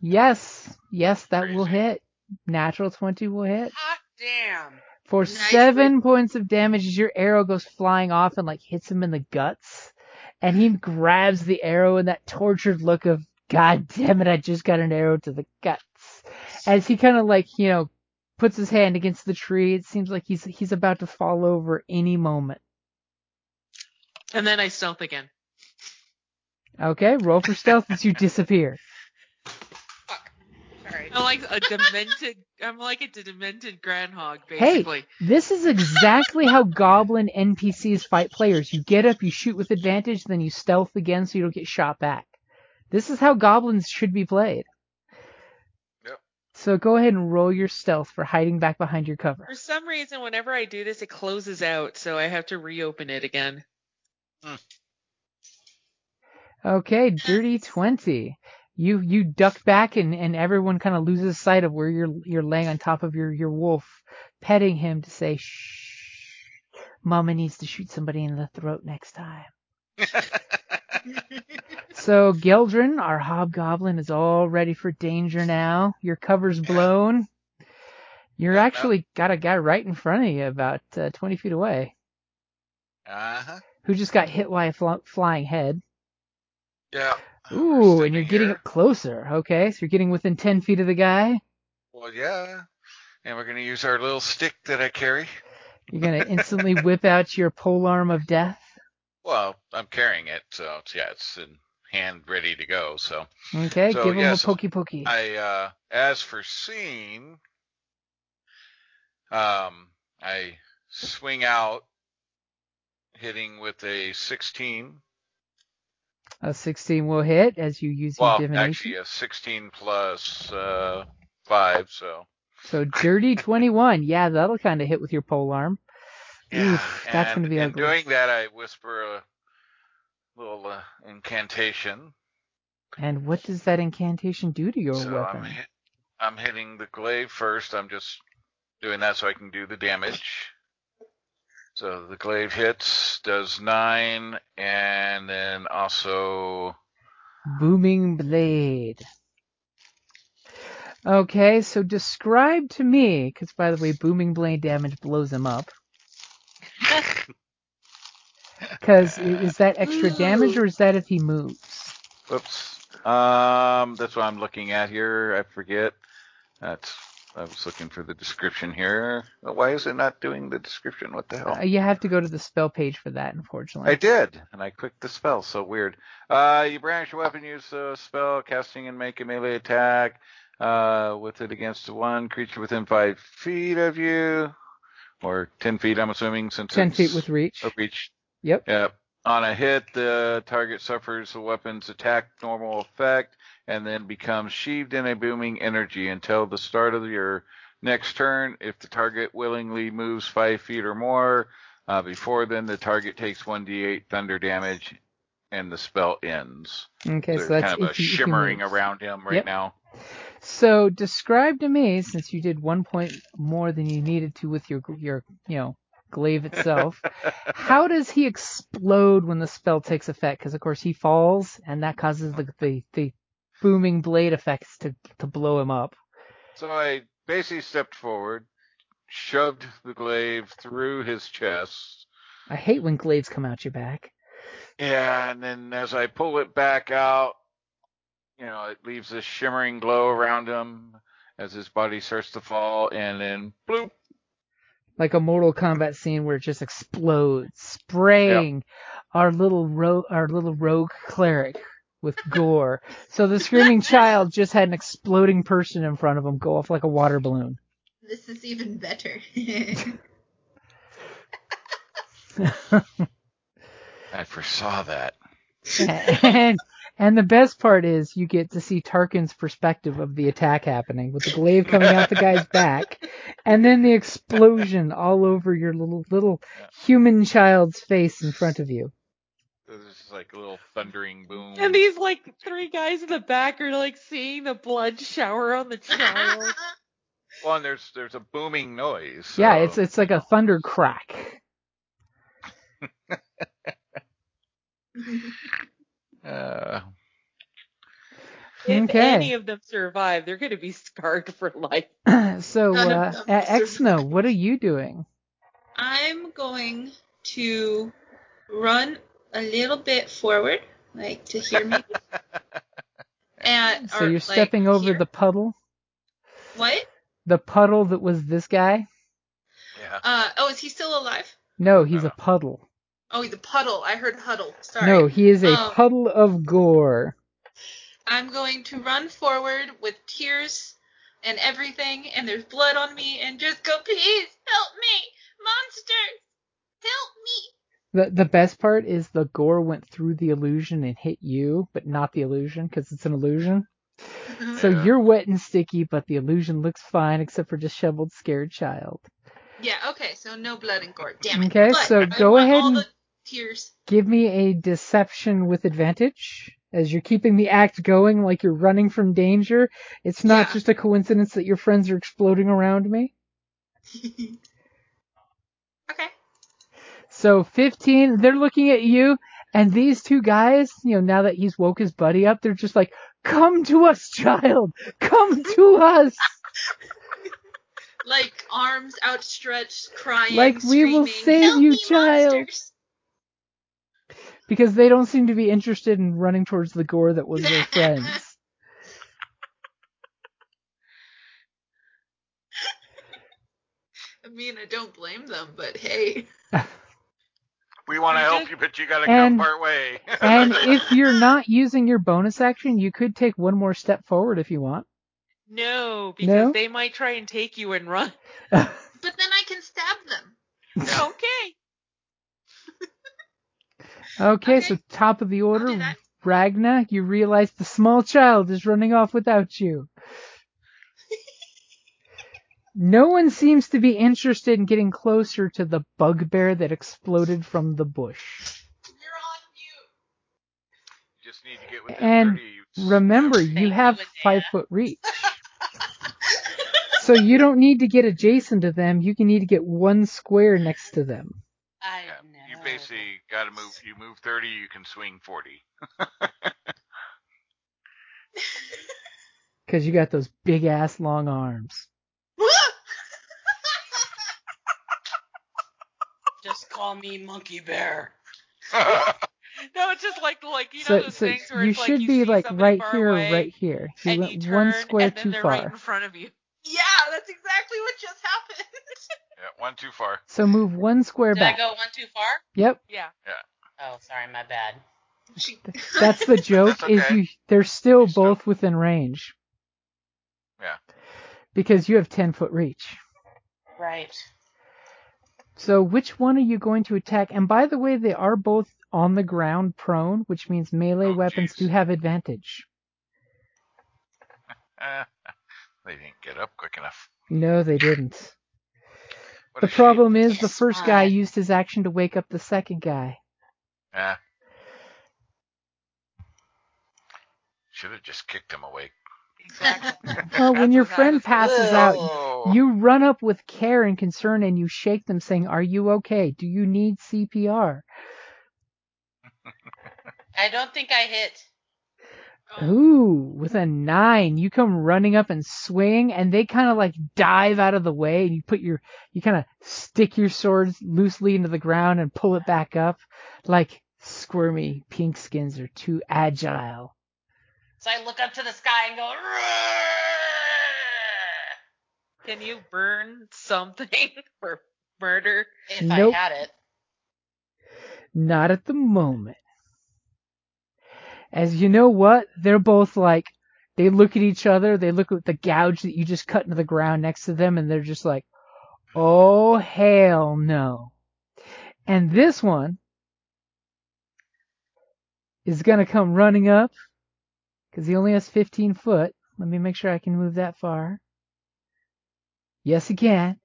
[SPEAKER 2] Yes, yes, that will
[SPEAKER 3] Crazy.
[SPEAKER 2] hit. Natural twenty will hit
[SPEAKER 4] Hot damn.
[SPEAKER 2] for
[SPEAKER 5] Nice
[SPEAKER 2] seven points of damage as your arrow goes flying off and like hits him in the guts, and he grabs the arrow in that tortured look of God damn it, I just got an arrow to the guts. as he kind of like you know puts his hand against the tree it seems like he's he's about to fall over any moment
[SPEAKER 8] And then I stealth again.
[SPEAKER 2] okay roll for stealth as you disappear
[SPEAKER 5] Sorry.
[SPEAKER 8] I'm like a demented. I'm like a demented groundhog, basically.
[SPEAKER 2] this is exactly how goblin npcs fight players you get up you shoot with advantage then you stealth again so you don't get shot back this is how goblins should be played
[SPEAKER 3] Yep.
[SPEAKER 2] so go ahead and roll your stealth for hiding back behind your cover
[SPEAKER 8] For some reason, whenever I do this, it closes out, so I have to reopen it again.
[SPEAKER 2] Okay, dirty twenty. You you duck back and, and everyone kind of loses sight of where you're you're laying on top of your your wolf, petting him to say, "Shh, Mama needs to shoot somebody in the throat next time." so Geldrin, our hobgoblin, is all ready for danger now. Your cover's blown. You're actually got a guy right in front of you, about uh, twenty feet away,
[SPEAKER 3] Uh huh.
[SPEAKER 2] who just got hit by a fl- flying head.
[SPEAKER 3] Yeah.
[SPEAKER 2] Ooh, and
[SPEAKER 3] Standing
[SPEAKER 2] you're getting
[SPEAKER 3] here.
[SPEAKER 2] up closer. Okay, so you're getting within 10 feet of the guy.
[SPEAKER 3] Well, yeah. And we're gonna use our little stick that I carry.
[SPEAKER 2] You're gonna instantly whip out your polearm of death.
[SPEAKER 3] Well, I'm carrying it, so it's, yeah, it's in hand, ready to go. So
[SPEAKER 2] Okay,
[SPEAKER 3] So,
[SPEAKER 2] give him
[SPEAKER 3] yes,
[SPEAKER 2] a pokey pokey.
[SPEAKER 3] I, uh, as for seeing, um, I swing out, hitting with a 16.
[SPEAKER 2] A 16 will hit as you use your
[SPEAKER 3] Well,
[SPEAKER 2] divination.
[SPEAKER 3] actually, a 16 plus uh, five, so
[SPEAKER 2] So dirty 21. Yeah, that'll kind of hit with your polearm.
[SPEAKER 3] Yeah,
[SPEAKER 2] Oof, that's
[SPEAKER 3] and
[SPEAKER 2] gonna be
[SPEAKER 3] in
[SPEAKER 2] ugly.
[SPEAKER 3] doing that, I whisper a little uh, incantation.
[SPEAKER 2] And what does that incantation do to your
[SPEAKER 3] so I'm
[SPEAKER 2] weapon?
[SPEAKER 3] hit, I'm hitting the glaive first. I'm just doing that so I can do the damage. So the glaive hits, does nine, and then also
[SPEAKER 2] Booming blade. Okay, so describe to me, because by the way, booming blade damage blows him up. Because is that extra damage or is that if he moves?
[SPEAKER 3] Whoops. Um, that's what I'm looking at here. I forget. That's. I was looking for the description here. Why is it not doing the description? What the hell?
[SPEAKER 2] Uh, you have to go to the spell page for that, unfortunately.
[SPEAKER 3] I did, and I clicked the spell. So weird. Uh, you brandish a weapon, use the spell casting, and make a melee attack uh, with it against one creature within five feet of you, or ten feet. I'm assuming since
[SPEAKER 2] 10
[SPEAKER 3] it's
[SPEAKER 2] feet with reach.
[SPEAKER 3] a reach.
[SPEAKER 2] Yep.
[SPEAKER 3] Yep. On a hit, the target suffers the weapon's attack normal effect, and then becomes sheathed in a booming energy until the start of your next turn. If the target willingly moves five feet or more, uh, before then, the target takes 1d8 thunder damage, and the spell ends.
[SPEAKER 2] Okay, so
[SPEAKER 3] There's
[SPEAKER 2] that's
[SPEAKER 3] kind of a
[SPEAKER 2] if he- if he
[SPEAKER 3] shimmering
[SPEAKER 2] moves.
[SPEAKER 3] around him right
[SPEAKER 2] Yep.
[SPEAKER 3] now.
[SPEAKER 2] So describe to me, since you did one point more than you needed to with your your you know glaive itself, how does he explode when the spell takes effect? Because of course he falls, and that causes the the, the booming blade effects to to blow him up.
[SPEAKER 3] So I basically stepped forward, shoved the glaive through his chest.
[SPEAKER 2] I hate when glaives come out your back.
[SPEAKER 3] Yeah, and then as I pull it back out, you know, it leaves a shimmering glow around him as his body starts to fall, and then bloop.
[SPEAKER 2] Like a Mortal Kombat scene where it just explodes, spraying our little ro- our little rogue cleric with gore. so the screaming child just had an exploding person in front of him go off like a water balloon.
[SPEAKER 5] This is even better.
[SPEAKER 3] I foresaw that.
[SPEAKER 2] and and the best part is you get to see Tarkin's perspective of the attack happening with the glaive coming out the guy's back and then the explosion all over your little little human child's face in front of you.
[SPEAKER 3] There's just like a little thundering boom.
[SPEAKER 8] And these like three guys in the back are like seeing the blood shower on the child.
[SPEAKER 3] Well, and there's there's a booming noise.
[SPEAKER 2] Yeah,
[SPEAKER 3] so-
[SPEAKER 2] it's it's like a thunder crack.
[SPEAKER 3] Uh,
[SPEAKER 8] If
[SPEAKER 2] Okay.
[SPEAKER 8] any of them survive, they're gonna be scarred for life.
[SPEAKER 2] so
[SPEAKER 5] None of
[SPEAKER 2] uh
[SPEAKER 5] them
[SPEAKER 2] Exno, what are you doing?
[SPEAKER 5] I'm going to run a little bit forward, like to hear me. and,
[SPEAKER 2] So
[SPEAKER 5] or,
[SPEAKER 2] you're
[SPEAKER 5] like,
[SPEAKER 2] stepping over
[SPEAKER 5] here.
[SPEAKER 2] the puddle,
[SPEAKER 5] What?
[SPEAKER 2] the puddle that was this guy?
[SPEAKER 3] yeah.
[SPEAKER 5] Uh, oh, is he still alive?
[SPEAKER 2] No, he's
[SPEAKER 3] No.
[SPEAKER 2] a puddle.
[SPEAKER 5] Oh, he's a puddle. I heard huddle. Sorry.
[SPEAKER 2] No, he is a
[SPEAKER 5] Um,
[SPEAKER 2] puddle of gore.
[SPEAKER 5] I'm going to run forward with tears and everything, and there's blood on me, and just go, please help me, monsters, help me.
[SPEAKER 2] The the best part is the gore went through the illusion and hit you, but not the illusion because it's an illusion. So
[SPEAKER 3] Yeah.
[SPEAKER 2] you're wet and sticky, but the illusion looks fine except for disheveled, scared child.
[SPEAKER 5] Yeah. Okay. So no blood and gore. Damn it.
[SPEAKER 2] Okay,
[SPEAKER 5] But
[SPEAKER 2] so
[SPEAKER 5] I
[SPEAKER 2] go
[SPEAKER 5] want
[SPEAKER 2] ahead
[SPEAKER 5] All
[SPEAKER 2] and-
[SPEAKER 5] the tears.
[SPEAKER 2] Give me a deception with advantage as you're keeping the act going like you're running from danger. It's not
[SPEAKER 5] Yeah.
[SPEAKER 2] just a coincidence that your friends are exploding around me.
[SPEAKER 5] Okay.
[SPEAKER 2] So 15, they're looking at you, and these two guys, you know, now that he's woke his buddy up, they're just like, come to us, child! Come to us!
[SPEAKER 5] Like arms outstretched, crying,
[SPEAKER 2] Like, we will
[SPEAKER 5] screaming,
[SPEAKER 2] save
[SPEAKER 5] "Help
[SPEAKER 2] you,
[SPEAKER 5] me,
[SPEAKER 2] child."
[SPEAKER 5] monsters."
[SPEAKER 2] Because they don't seem to be interested in running towards the gore that was their friends.
[SPEAKER 5] I mean, I don't blame them, but hey.
[SPEAKER 3] We want to
[SPEAKER 8] You
[SPEAKER 3] help
[SPEAKER 8] did-
[SPEAKER 3] you, but you got to
[SPEAKER 2] And-
[SPEAKER 3] come part way.
[SPEAKER 2] And if you're not using your bonus action, you could take one more step forward if you want.
[SPEAKER 8] No, because
[SPEAKER 2] No?
[SPEAKER 8] they might try and take you and run.
[SPEAKER 5] But then I can stab them.
[SPEAKER 8] okay.
[SPEAKER 2] Okay,
[SPEAKER 5] Okay.
[SPEAKER 2] so top of the
[SPEAKER 5] I'll do
[SPEAKER 2] order,
[SPEAKER 5] that.
[SPEAKER 2] Ragna, you realize the small child is running off without you. no one seems to be interested in getting closer to the bugbear that exploded from the bush.
[SPEAKER 5] You're on mute.
[SPEAKER 3] Just need to get within
[SPEAKER 2] And
[SPEAKER 3] 30.
[SPEAKER 2] Remember, you
[SPEAKER 4] Thank
[SPEAKER 2] have
[SPEAKER 4] you, Adele.
[SPEAKER 2] five foot reach. so you don't need to get adjacent to them. You can need to get one square next to them.
[SPEAKER 4] I
[SPEAKER 3] Yeah,
[SPEAKER 4] know.
[SPEAKER 3] You basically got to move. You move 30, you can swing 40.
[SPEAKER 2] Because you got those big ass long arms.
[SPEAKER 4] Just call me Monkey Bear.
[SPEAKER 8] No, it's just like like you know
[SPEAKER 2] so
[SPEAKER 8] those
[SPEAKER 2] so
[SPEAKER 8] things where
[SPEAKER 2] you
[SPEAKER 8] it's like
[SPEAKER 2] should
[SPEAKER 8] you
[SPEAKER 2] be
[SPEAKER 8] see
[SPEAKER 2] like
[SPEAKER 8] somebody
[SPEAKER 2] right
[SPEAKER 8] far
[SPEAKER 2] here,
[SPEAKER 8] away,
[SPEAKER 2] right here. You
[SPEAKER 8] and
[SPEAKER 2] went
[SPEAKER 8] you turn,
[SPEAKER 2] one square
[SPEAKER 8] and then
[SPEAKER 2] too
[SPEAKER 8] they're
[SPEAKER 2] far.
[SPEAKER 8] right in front of you.
[SPEAKER 5] yeah, that's exactly what just happened.
[SPEAKER 3] yeah, one too far.
[SPEAKER 2] So move one square
[SPEAKER 4] Did I
[SPEAKER 2] back.
[SPEAKER 4] go one too far?
[SPEAKER 2] Yep,
[SPEAKER 8] Yeah.
[SPEAKER 4] Oh, sorry, my bad.
[SPEAKER 2] that's the joke.
[SPEAKER 3] That's
[SPEAKER 2] Is
[SPEAKER 3] okay.
[SPEAKER 2] you they're still
[SPEAKER 3] You're still-
[SPEAKER 2] both within range.
[SPEAKER 3] Yeah.
[SPEAKER 2] Because you have ten foot reach.
[SPEAKER 4] Right.
[SPEAKER 2] So which one are you going to attack? And by the way, they are both on the ground prone, which means melee
[SPEAKER 3] Oh,
[SPEAKER 2] weapons
[SPEAKER 3] jeez.
[SPEAKER 2] do have advantage.
[SPEAKER 3] Uh, they didn't get up quick enough.
[SPEAKER 2] No, they didn't.
[SPEAKER 3] What
[SPEAKER 2] the
[SPEAKER 3] a shame.
[SPEAKER 2] problem is the
[SPEAKER 4] Yes,
[SPEAKER 2] first guy
[SPEAKER 4] fine.
[SPEAKER 2] used his action to wake up the second guy.
[SPEAKER 3] Yeah. Should have just kicked him awake.
[SPEAKER 8] Exactly.
[SPEAKER 2] Well, when
[SPEAKER 8] That's
[SPEAKER 2] your
[SPEAKER 8] what I
[SPEAKER 2] friend
[SPEAKER 8] was
[SPEAKER 2] passes out,
[SPEAKER 3] Oh.
[SPEAKER 2] You run up with care and concern and you shake them saying, Are you okay? Do you need CPR?
[SPEAKER 4] I don't think I hit.
[SPEAKER 2] Ooh, with a nine, you come running up and swing and they kind of like dive out of the way and you put your, you kind of stick your swords loosely into the ground and pull it back up. Like squirmy pink skins are too agile.
[SPEAKER 4] So I look up to the sky and go. "Roar!"
[SPEAKER 8] Can you burn something for murder?
[SPEAKER 4] If
[SPEAKER 2] Nope.
[SPEAKER 4] I had it.
[SPEAKER 2] Not at the moment. As you know what? They're both like, they look at each other, they look at the gouge that you just cut into the ground next to them, and they're just like, oh, hell no. And this one is gonna come running up, cause he only has 15 foot. Let me make sure I can move that far. Yes, he can.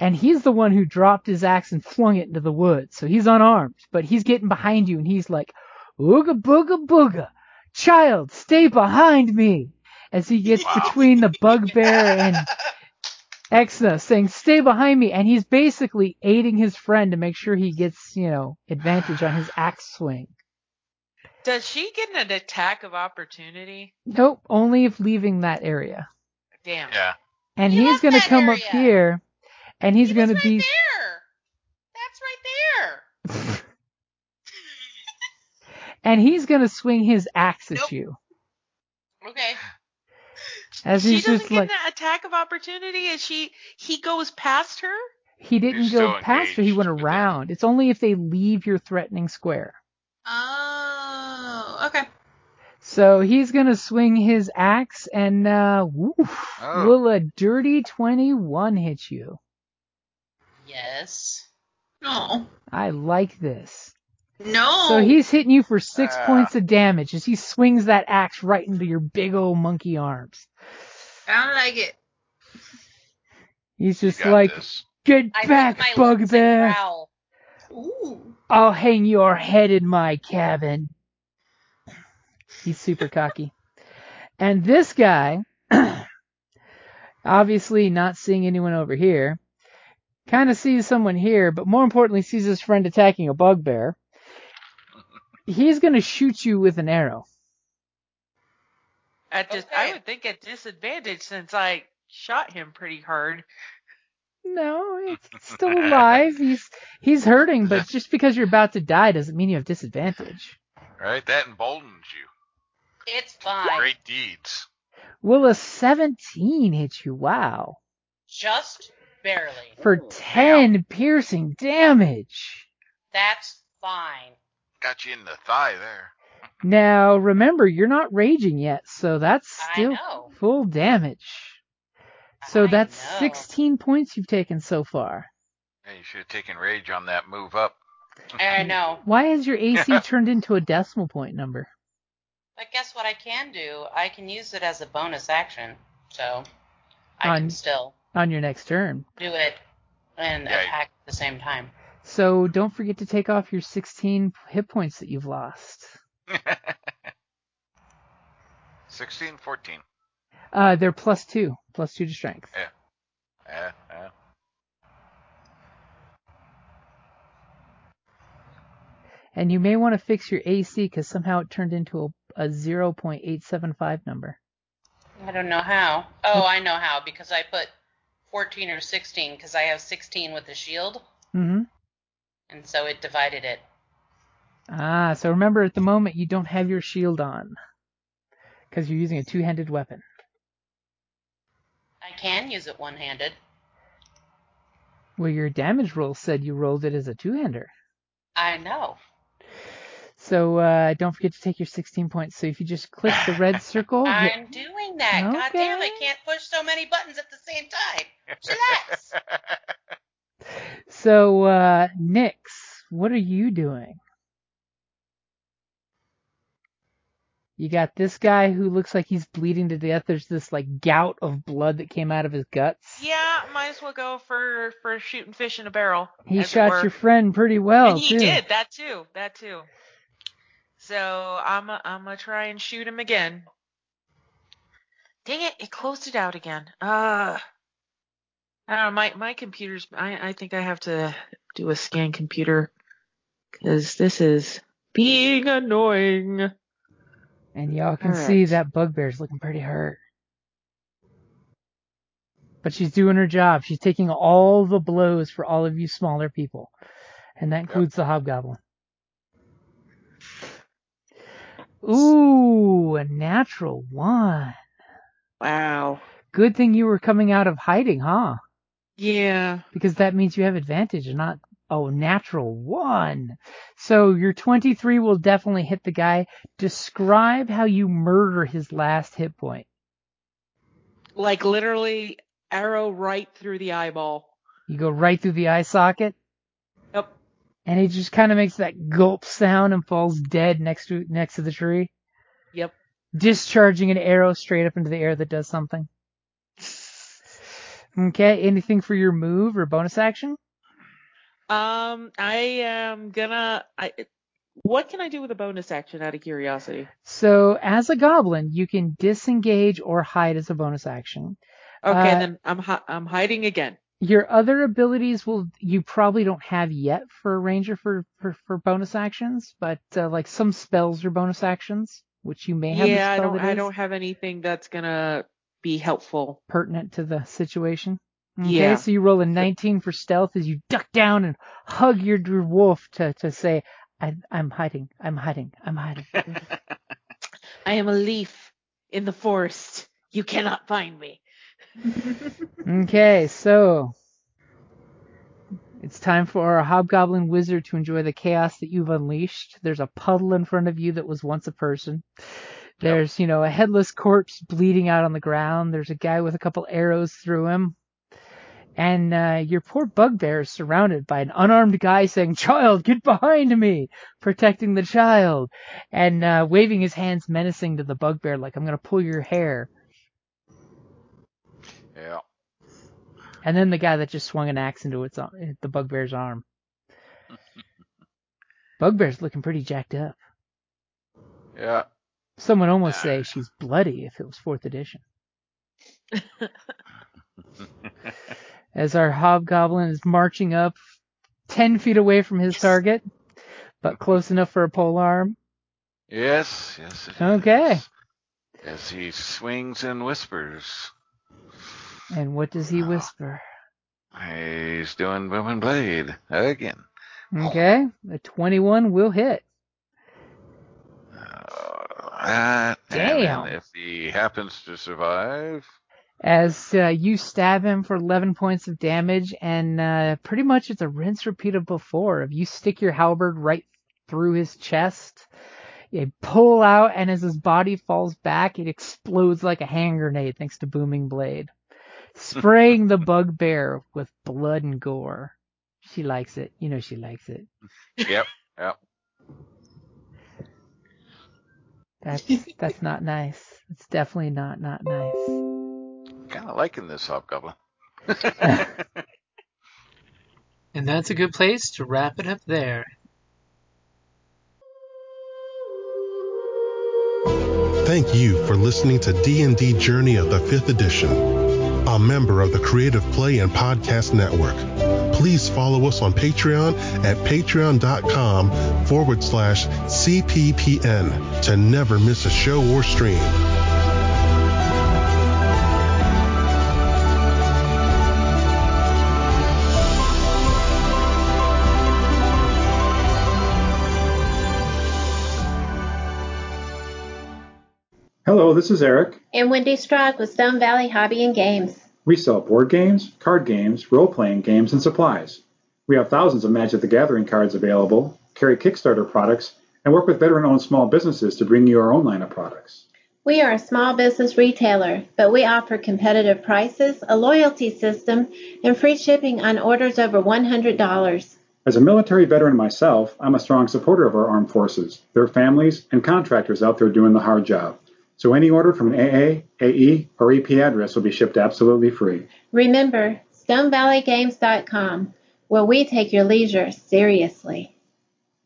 [SPEAKER 2] And he's the one who dropped his axe and flung it into the woods, so he's unarmed, but he's getting behind you and he's like, Ooga booga booga. Child, stay behind me. As he gets
[SPEAKER 3] Wow.
[SPEAKER 2] between the bugbear and Exna saying, stay behind me. And he's basically aiding his friend to make sure he gets, you know, advantage on his axe swing.
[SPEAKER 8] Does she get an attack of opportunity?
[SPEAKER 2] Nope, only if leaving that area.
[SPEAKER 8] Damn.
[SPEAKER 3] Yeah.
[SPEAKER 2] And
[SPEAKER 4] You
[SPEAKER 2] he's
[SPEAKER 4] left
[SPEAKER 2] going to
[SPEAKER 4] that
[SPEAKER 2] come up
[SPEAKER 4] area.
[SPEAKER 2] here and he's
[SPEAKER 4] It
[SPEAKER 2] going
[SPEAKER 4] was
[SPEAKER 2] to
[SPEAKER 4] right
[SPEAKER 2] be,
[SPEAKER 4] there. That's right there.
[SPEAKER 2] and he's going to swing his axe at
[SPEAKER 5] Nope.
[SPEAKER 2] you.
[SPEAKER 4] Okay.
[SPEAKER 2] As
[SPEAKER 8] She
[SPEAKER 2] he's
[SPEAKER 8] doesn't
[SPEAKER 2] just
[SPEAKER 8] get
[SPEAKER 2] like,
[SPEAKER 8] an attack of opportunity, and she he goes past her.
[SPEAKER 2] he didn't
[SPEAKER 3] He's
[SPEAKER 2] go
[SPEAKER 3] still
[SPEAKER 2] past her, he went
[SPEAKER 3] engaged, but then-
[SPEAKER 2] around. It's only if they leave your threatening square.
[SPEAKER 5] Oh, okay.
[SPEAKER 2] So he's gonna swing his axe and uh woof,
[SPEAKER 3] Oh.
[SPEAKER 2] will a dirty twenty one hit you?
[SPEAKER 4] Yes.
[SPEAKER 5] No.
[SPEAKER 2] I like this.
[SPEAKER 5] No.
[SPEAKER 2] So he's hitting you for six
[SPEAKER 3] Ah.
[SPEAKER 2] points of damage as he swings that axe right into your big old monkey arms.
[SPEAKER 5] I don't like it.
[SPEAKER 2] He's
[SPEAKER 3] You
[SPEAKER 2] just
[SPEAKER 3] got
[SPEAKER 2] like,
[SPEAKER 3] this.
[SPEAKER 2] get
[SPEAKER 4] I lick
[SPEAKER 2] back,
[SPEAKER 4] my lips and
[SPEAKER 2] bugbear!
[SPEAKER 4] growl.
[SPEAKER 5] Ooh.
[SPEAKER 2] I'll hang your head in my cabin. He's super cocky. And this guy, obviously not seeing anyone over here, kind of sees someone here, but more importantly, sees his friend attacking a bugbear. He's going to shoot you with an arrow.
[SPEAKER 8] At dis-
[SPEAKER 4] Okay.
[SPEAKER 8] I would think at disadvantage since I shot him pretty hard.
[SPEAKER 2] No, it's still alive. He's he's hurting, but just because you're about to die doesn't mean you have disadvantage.
[SPEAKER 3] Right? That emboldens you.
[SPEAKER 4] It's fine.
[SPEAKER 3] Great deeds.
[SPEAKER 2] Will a 17 hit you? Wow.
[SPEAKER 4] Just Barely.
[SPEAKER 2] for 10 piercing damage.
[SPEAKER 4] That's fine.
[SPEAKER 3] Got you in the thigh there.
[SPEAKER 2] Now, remember, you're not raging yet, so that's
[SPEAKER 4] I
[SPEAKER 2] still
[SPEAKER 4] know.
[SPEAKER 2] full damage. So
[SPEAKER 4] I
[SPEAKER 2] that's
[SPEAKER 4] know.
[SPEAKER 2] 16 points you've taken so far.
[SPEAKER 3] Yeah, you should have taken rage on that move up.
[SPEAKER 4] I know.
[SPEAKER 2] Why has your AC turned into a decimal point number?
[SPEAKER 4] But guess what I can do? I can use it as a bonus action. So I
[SPEAKER 2] On-
[SPEAKER 4] can still
[SPEAKER 2] On your next turn.
[SPEAKER 4] do it and
[SPEAKER 3] Yeah.
[SPEAKER 4] attack at the same time.
[SPEAKER 2] So don't forget to take off your 16 hit points that you've lost.
[SPEAKER 3] 16, 14.
[SPEAKER 2] Uh, they're plus two, plus two to strength.
[SPEAKER 3] Yeah, yeah.
[SPEAKER 2] And you may want to fix your AC because somehow it turned into a, a 0.875 number.
[SPEAKER 4] I don't know how. Oh, I know how because I put 14 or 16 because I have 16 with the shield,
[SPEAKER 2] Mm-hmm.
[SPEAKER 4] and so it divided it.
[SPEAKER 2] Ah, so remember at the moment you don't have your shield on because you're using a two-handed weapon.
[SPEAKER 4] I can use it one-handed.
[SPEAKER 2] Well, your damage roll said you rolled it as a two-hander.
[SPEAKER 4] I know.
[SPEAKER 2] So uh, don't forget to take your 16 points. So if you just click the red circle, you-
[SPEAKER 4] I'm doing that. God damn, I
[SPEAKER 2] Oh, Okay.
[SPEAKER 4] can't push so many buttons at the same time. Relax.
[SPEAKER 2] so uh, Nyx, what are you doing? You got this guy who looks like he's bleeding to death. There's this like gout of blood that came out of his guts.
[SPEAKER 8] Yeah, might as well go for for shooting fish in a barrel.
[SPEAKER 2] He
[SPEAKER 8] as it
[SPEAKER 2] shot
[SPEAKER 8] were.
[SPEAKER 2] your friend pretty well
[SPEAKER 8] and he
[SPEAKER 2] too.
[SPEAKER 8] did that too. That too. So I'm i I'm gonna try and shoot him again. Dang it! It closed it out again. Uh, I don't know. My my computer's. I I think I have to do a scan computer because this is being annoying.
[SPEAKER 2] And y'all can
[SPEAKER 8] All
[SPEAKER 2] see
[SPEAKER 8] right.
[SPEAKER 2] that bugbear's looking pretty hurt. But she's doing her job. She's taking all the blows for all of you smaller people. And that includes the hobgoblin. Ooh, a natural one.
[SPEAKER 7] Wow.
[SPEAKER 2] Good thing you were coming out of hiding, huh?
[SPEAKER 8] Yeah.
[SPEAKER 2] Because that means you have advantage and not oh natural one. So your 23 will definitely hit the guy. Describe how you murder his last hit point.
[SPEAKER 8] Like literally arrow right through the eyeball.
[SPEAKER 2] You go right through the eye socket.
[SPEAKER 8] Yep.
[SPEAKER 2] And he just kind of makes that gulp sound and falls dead next to next to the tree,
[SPEAKER 8] Yep.
[SPEAKER 2] discharging an arrow straight up into the air that does something. Okay, anything for your move or bonus action?
[SPEAKER 8] Um, I am gonna. I, what can I do with a bonus action? Out of curiosity.
[SPEAKER 2] So as a goblin, you can disengage or hide as a bonus action.
[SPEAKER 8] Okay,
[SPEAKER 2] Uh,
[SPEAKER 8] and then I'm hi- I'm hiding again.
[SPEAKER 2] Your other abilities will you probably don't have yet for a ranger for for, for bonus actions, but uh, like some spells are bonus actions, which you may have. a
[SPEAKER 8] Yeah, I
[SPEAKER 2] spell
[SPEAKER 8] don't
[SPEAKER 2] that
[SPEAKER 8] I
[SPEAKER 2] is
[SPEAKER 8] don't have anything that's gonna be helpful.
[SPEAKER 2] pertinent to the situation. Okay,
[SPEAKER 8] Yeah.
[SPEAKER 2] so you roll a 19 for stealth as you duck down and hug your, your wolf to, to say, I, I'm hiding, I'm hiding, I'm hiding.
[SPEAKER 8] I am a leaf in the forest. You cannot find me.
[SPEAKER 2] okay, so it's time for our hobgoblin wizard to enjoy the chaos that you've unleashed. There's a puddle in front of you that was once a person. There's, you know, a headless corpse bleeding out on the ground. There's a guy with a couple arrows through him. And uh, your poor bugbear is surrounded by an unarmed guy saying, Child, get behind me! Protecting the child. And uh, waving his hands menacing to the bugbear, like, I'm going to pull your hair.
[SPEAKER 3] yeah.
[SPEAKER 2] And then the guy that just swung an axe into its ar- the bugbear's arm. Bugbear's looking pretty jacked up.
[SPEAKER 3] Yeah.
[SPEAKER 2] Some would almost say she's bloody if it was fourth edition. As our hobgoblin is marching up 10 feet away from his target, but close enough for a polearm.
[SPEAKER 3] Yes, yes. it
[SPEAKER 2] Okay.
[SPEAKER 3] is. As he swings and whispers,
[SPEAKER 2] And what does he
[SPEAKER 3] Oh.
[SPEAKER 2] whisper?
[SPEAKER 3] he's doing boom and blade again.
[SPEAKER 2] Okay, a 21 will hit.
[SPEAKER 3] Uh, that, and then
[SPEAKER 2] Damn.
[SPEAKER 3] if he happens to survive,
[SPEAKER 2] as uh, you stab him for 11 points of damage, and uh, pretty much it's a rinse repeat of before. If you stick your halberd right through his chest, you pull out, and as his body falls back, it explodes like a hand grenade thanks to Booming Blade, spraying the bugbear with blood and gore. She likes it. You know she likes it.
[SPEAKER 3] Yep. Yep.
[SPEAKER 2] That's that's not nice. It's definitely not not nice.
[SPEAKER 3] Kind of liking this hobgoblin.
[SPEAKER 9] And that's a good place to wrap it up there.
[SPEAKER 1] Thank you for listening to D&D Journey of the 5th Edition, a member of the Creative Play and Podcast Network. Please follow us on Patreon at patreon.com forward slash CPPN to never miss a show or stream.
[SPEAKER 7] Hello, this is Eric.
[SPEAKER 5] And Wendy Strog with Stone Valley Hobby and Games.
[SPEAKER 7] We sell board games, card games, role playing games, and supplies. We have thousands of Magic the Gathering cards available, carry Kickstarter products, and work with veteran owned small businesses to bring you our own line of products.
[SPEAKER 5] We are a small business retailer, but we offer competitive prices, a loyalty system, and free shipping on orders over $100.
[SPEAKER 7] As a military veteran myself, I'm a strong supporter of our armed forces, their families, and contractors out there doing the hard job. So any order from an AA, AE, E, or EP address will be shipped absolutely free.
[SPEAKER 5] Remember, StoneValleyGames.com, where we take your leisure seriously.